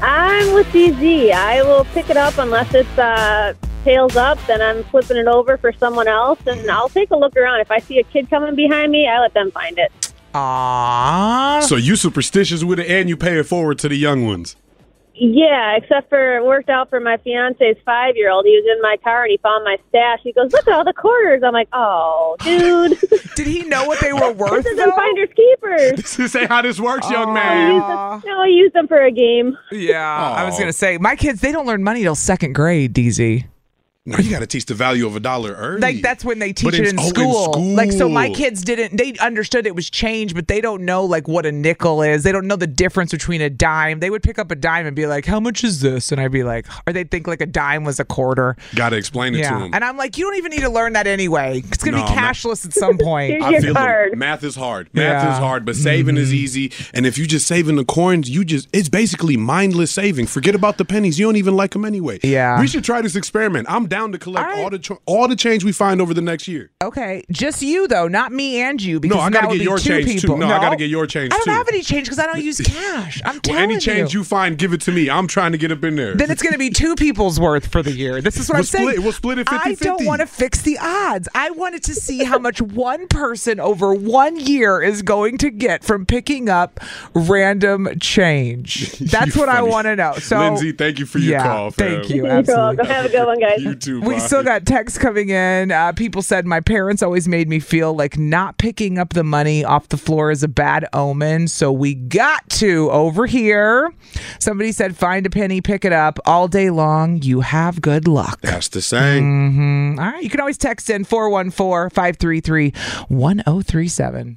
S15: I'm with DZ. I will pick it up unless it's uh, tails up, then I'm flipping it over for someone else, and I'll take a look around. If I see a kid coming behind me, I let them find it.
S2: Aww.
S3: So you superstitious with it, and you pay it forward to the young ones.
S15: Yeah, except for it worked out for my fiance's five year old. He was in my car and he found my stash. He goes, "Look at all the quarters." I'm like, "Oh, dude."
S2: Did he know what they were worth?
S15: this isn't finders keepers.
S3: This is how this works, young
S15: I used them- no, I used them for a game.
S2: Yeah, I was gonna say my kids they don't learn money till second grade. DZ.
S3: No, you got to teach the value of a dollar er? early.
S2: Like that's when they teach
S3: But
S2: it
S3: in-
S2: in
S3: oh, in
S2: school. Like so, my
S3: school.
S2: kids didn't. They understood it was change, but they don't know like what a nickel is. They don't know the difference between a dime. They would pick up a dime and be like, "How much is this?" And I'd be like, or they'd think like a dime was a quarter.
S3: Got to explain it to
S2: Yeah,
S3: them.
S2: and I'm like, you don't even need to learn that anyway. It's gonna
S3: No,
S2: be
S3: ma-
S2: cashless at some point.
S3: I feel them. Math is hard. Math
S2: Yeah. Mm-hmm.
S3: is hard, but saving is easy. And if you just saving the coins, you just it's basically mindless saving. Forget about the pennies. You don't even like them anyway.
S2: Yeah.
S3: We should try this experiment. I'm down to collect all the cho- all the change we find over the next year.
S2: Okay, just you though, not me and you. Because
S3: no, I
S2: got
S3: gotta get your change
S2: people.
S3: too. No, I gotta get your change
S2: I don't
S3: too.
S2: have any change because I don't use cash. I'm
S3: well,
S2: telling
S3: any change you. find, give it to me. I'm trying to get up in there.
S2: Then it's going to be two people's worth for the year. This is what
S3: We'll
S2: I'm saying.
S3: split- we'll split it
S2: I
S3: 50-50.
S2: don't want to fix the odds. I wanted to see how much one person over one year is going to get from picking up random change. That's
S3: You're
S2: what I
S3: funny.
S2: want to know. So,
S3: Lindsay, thank you for your
S2: yeah,
S3: call. Fam.
S2: thank you. Absolutely.
S15: Have a good one, guys.
S3: You too.
S2: We
S3: bye.
S2: still got texts coming in. Uh, people said my parents always made me feel like not picking up the money off the floor is a bad omen. So we got to over here. Somebody said find a penny, pick it up all day long. You have good luck.
S3: That's the same.
S2: Mm-hmm. All right. You can always text in 414 533 1037.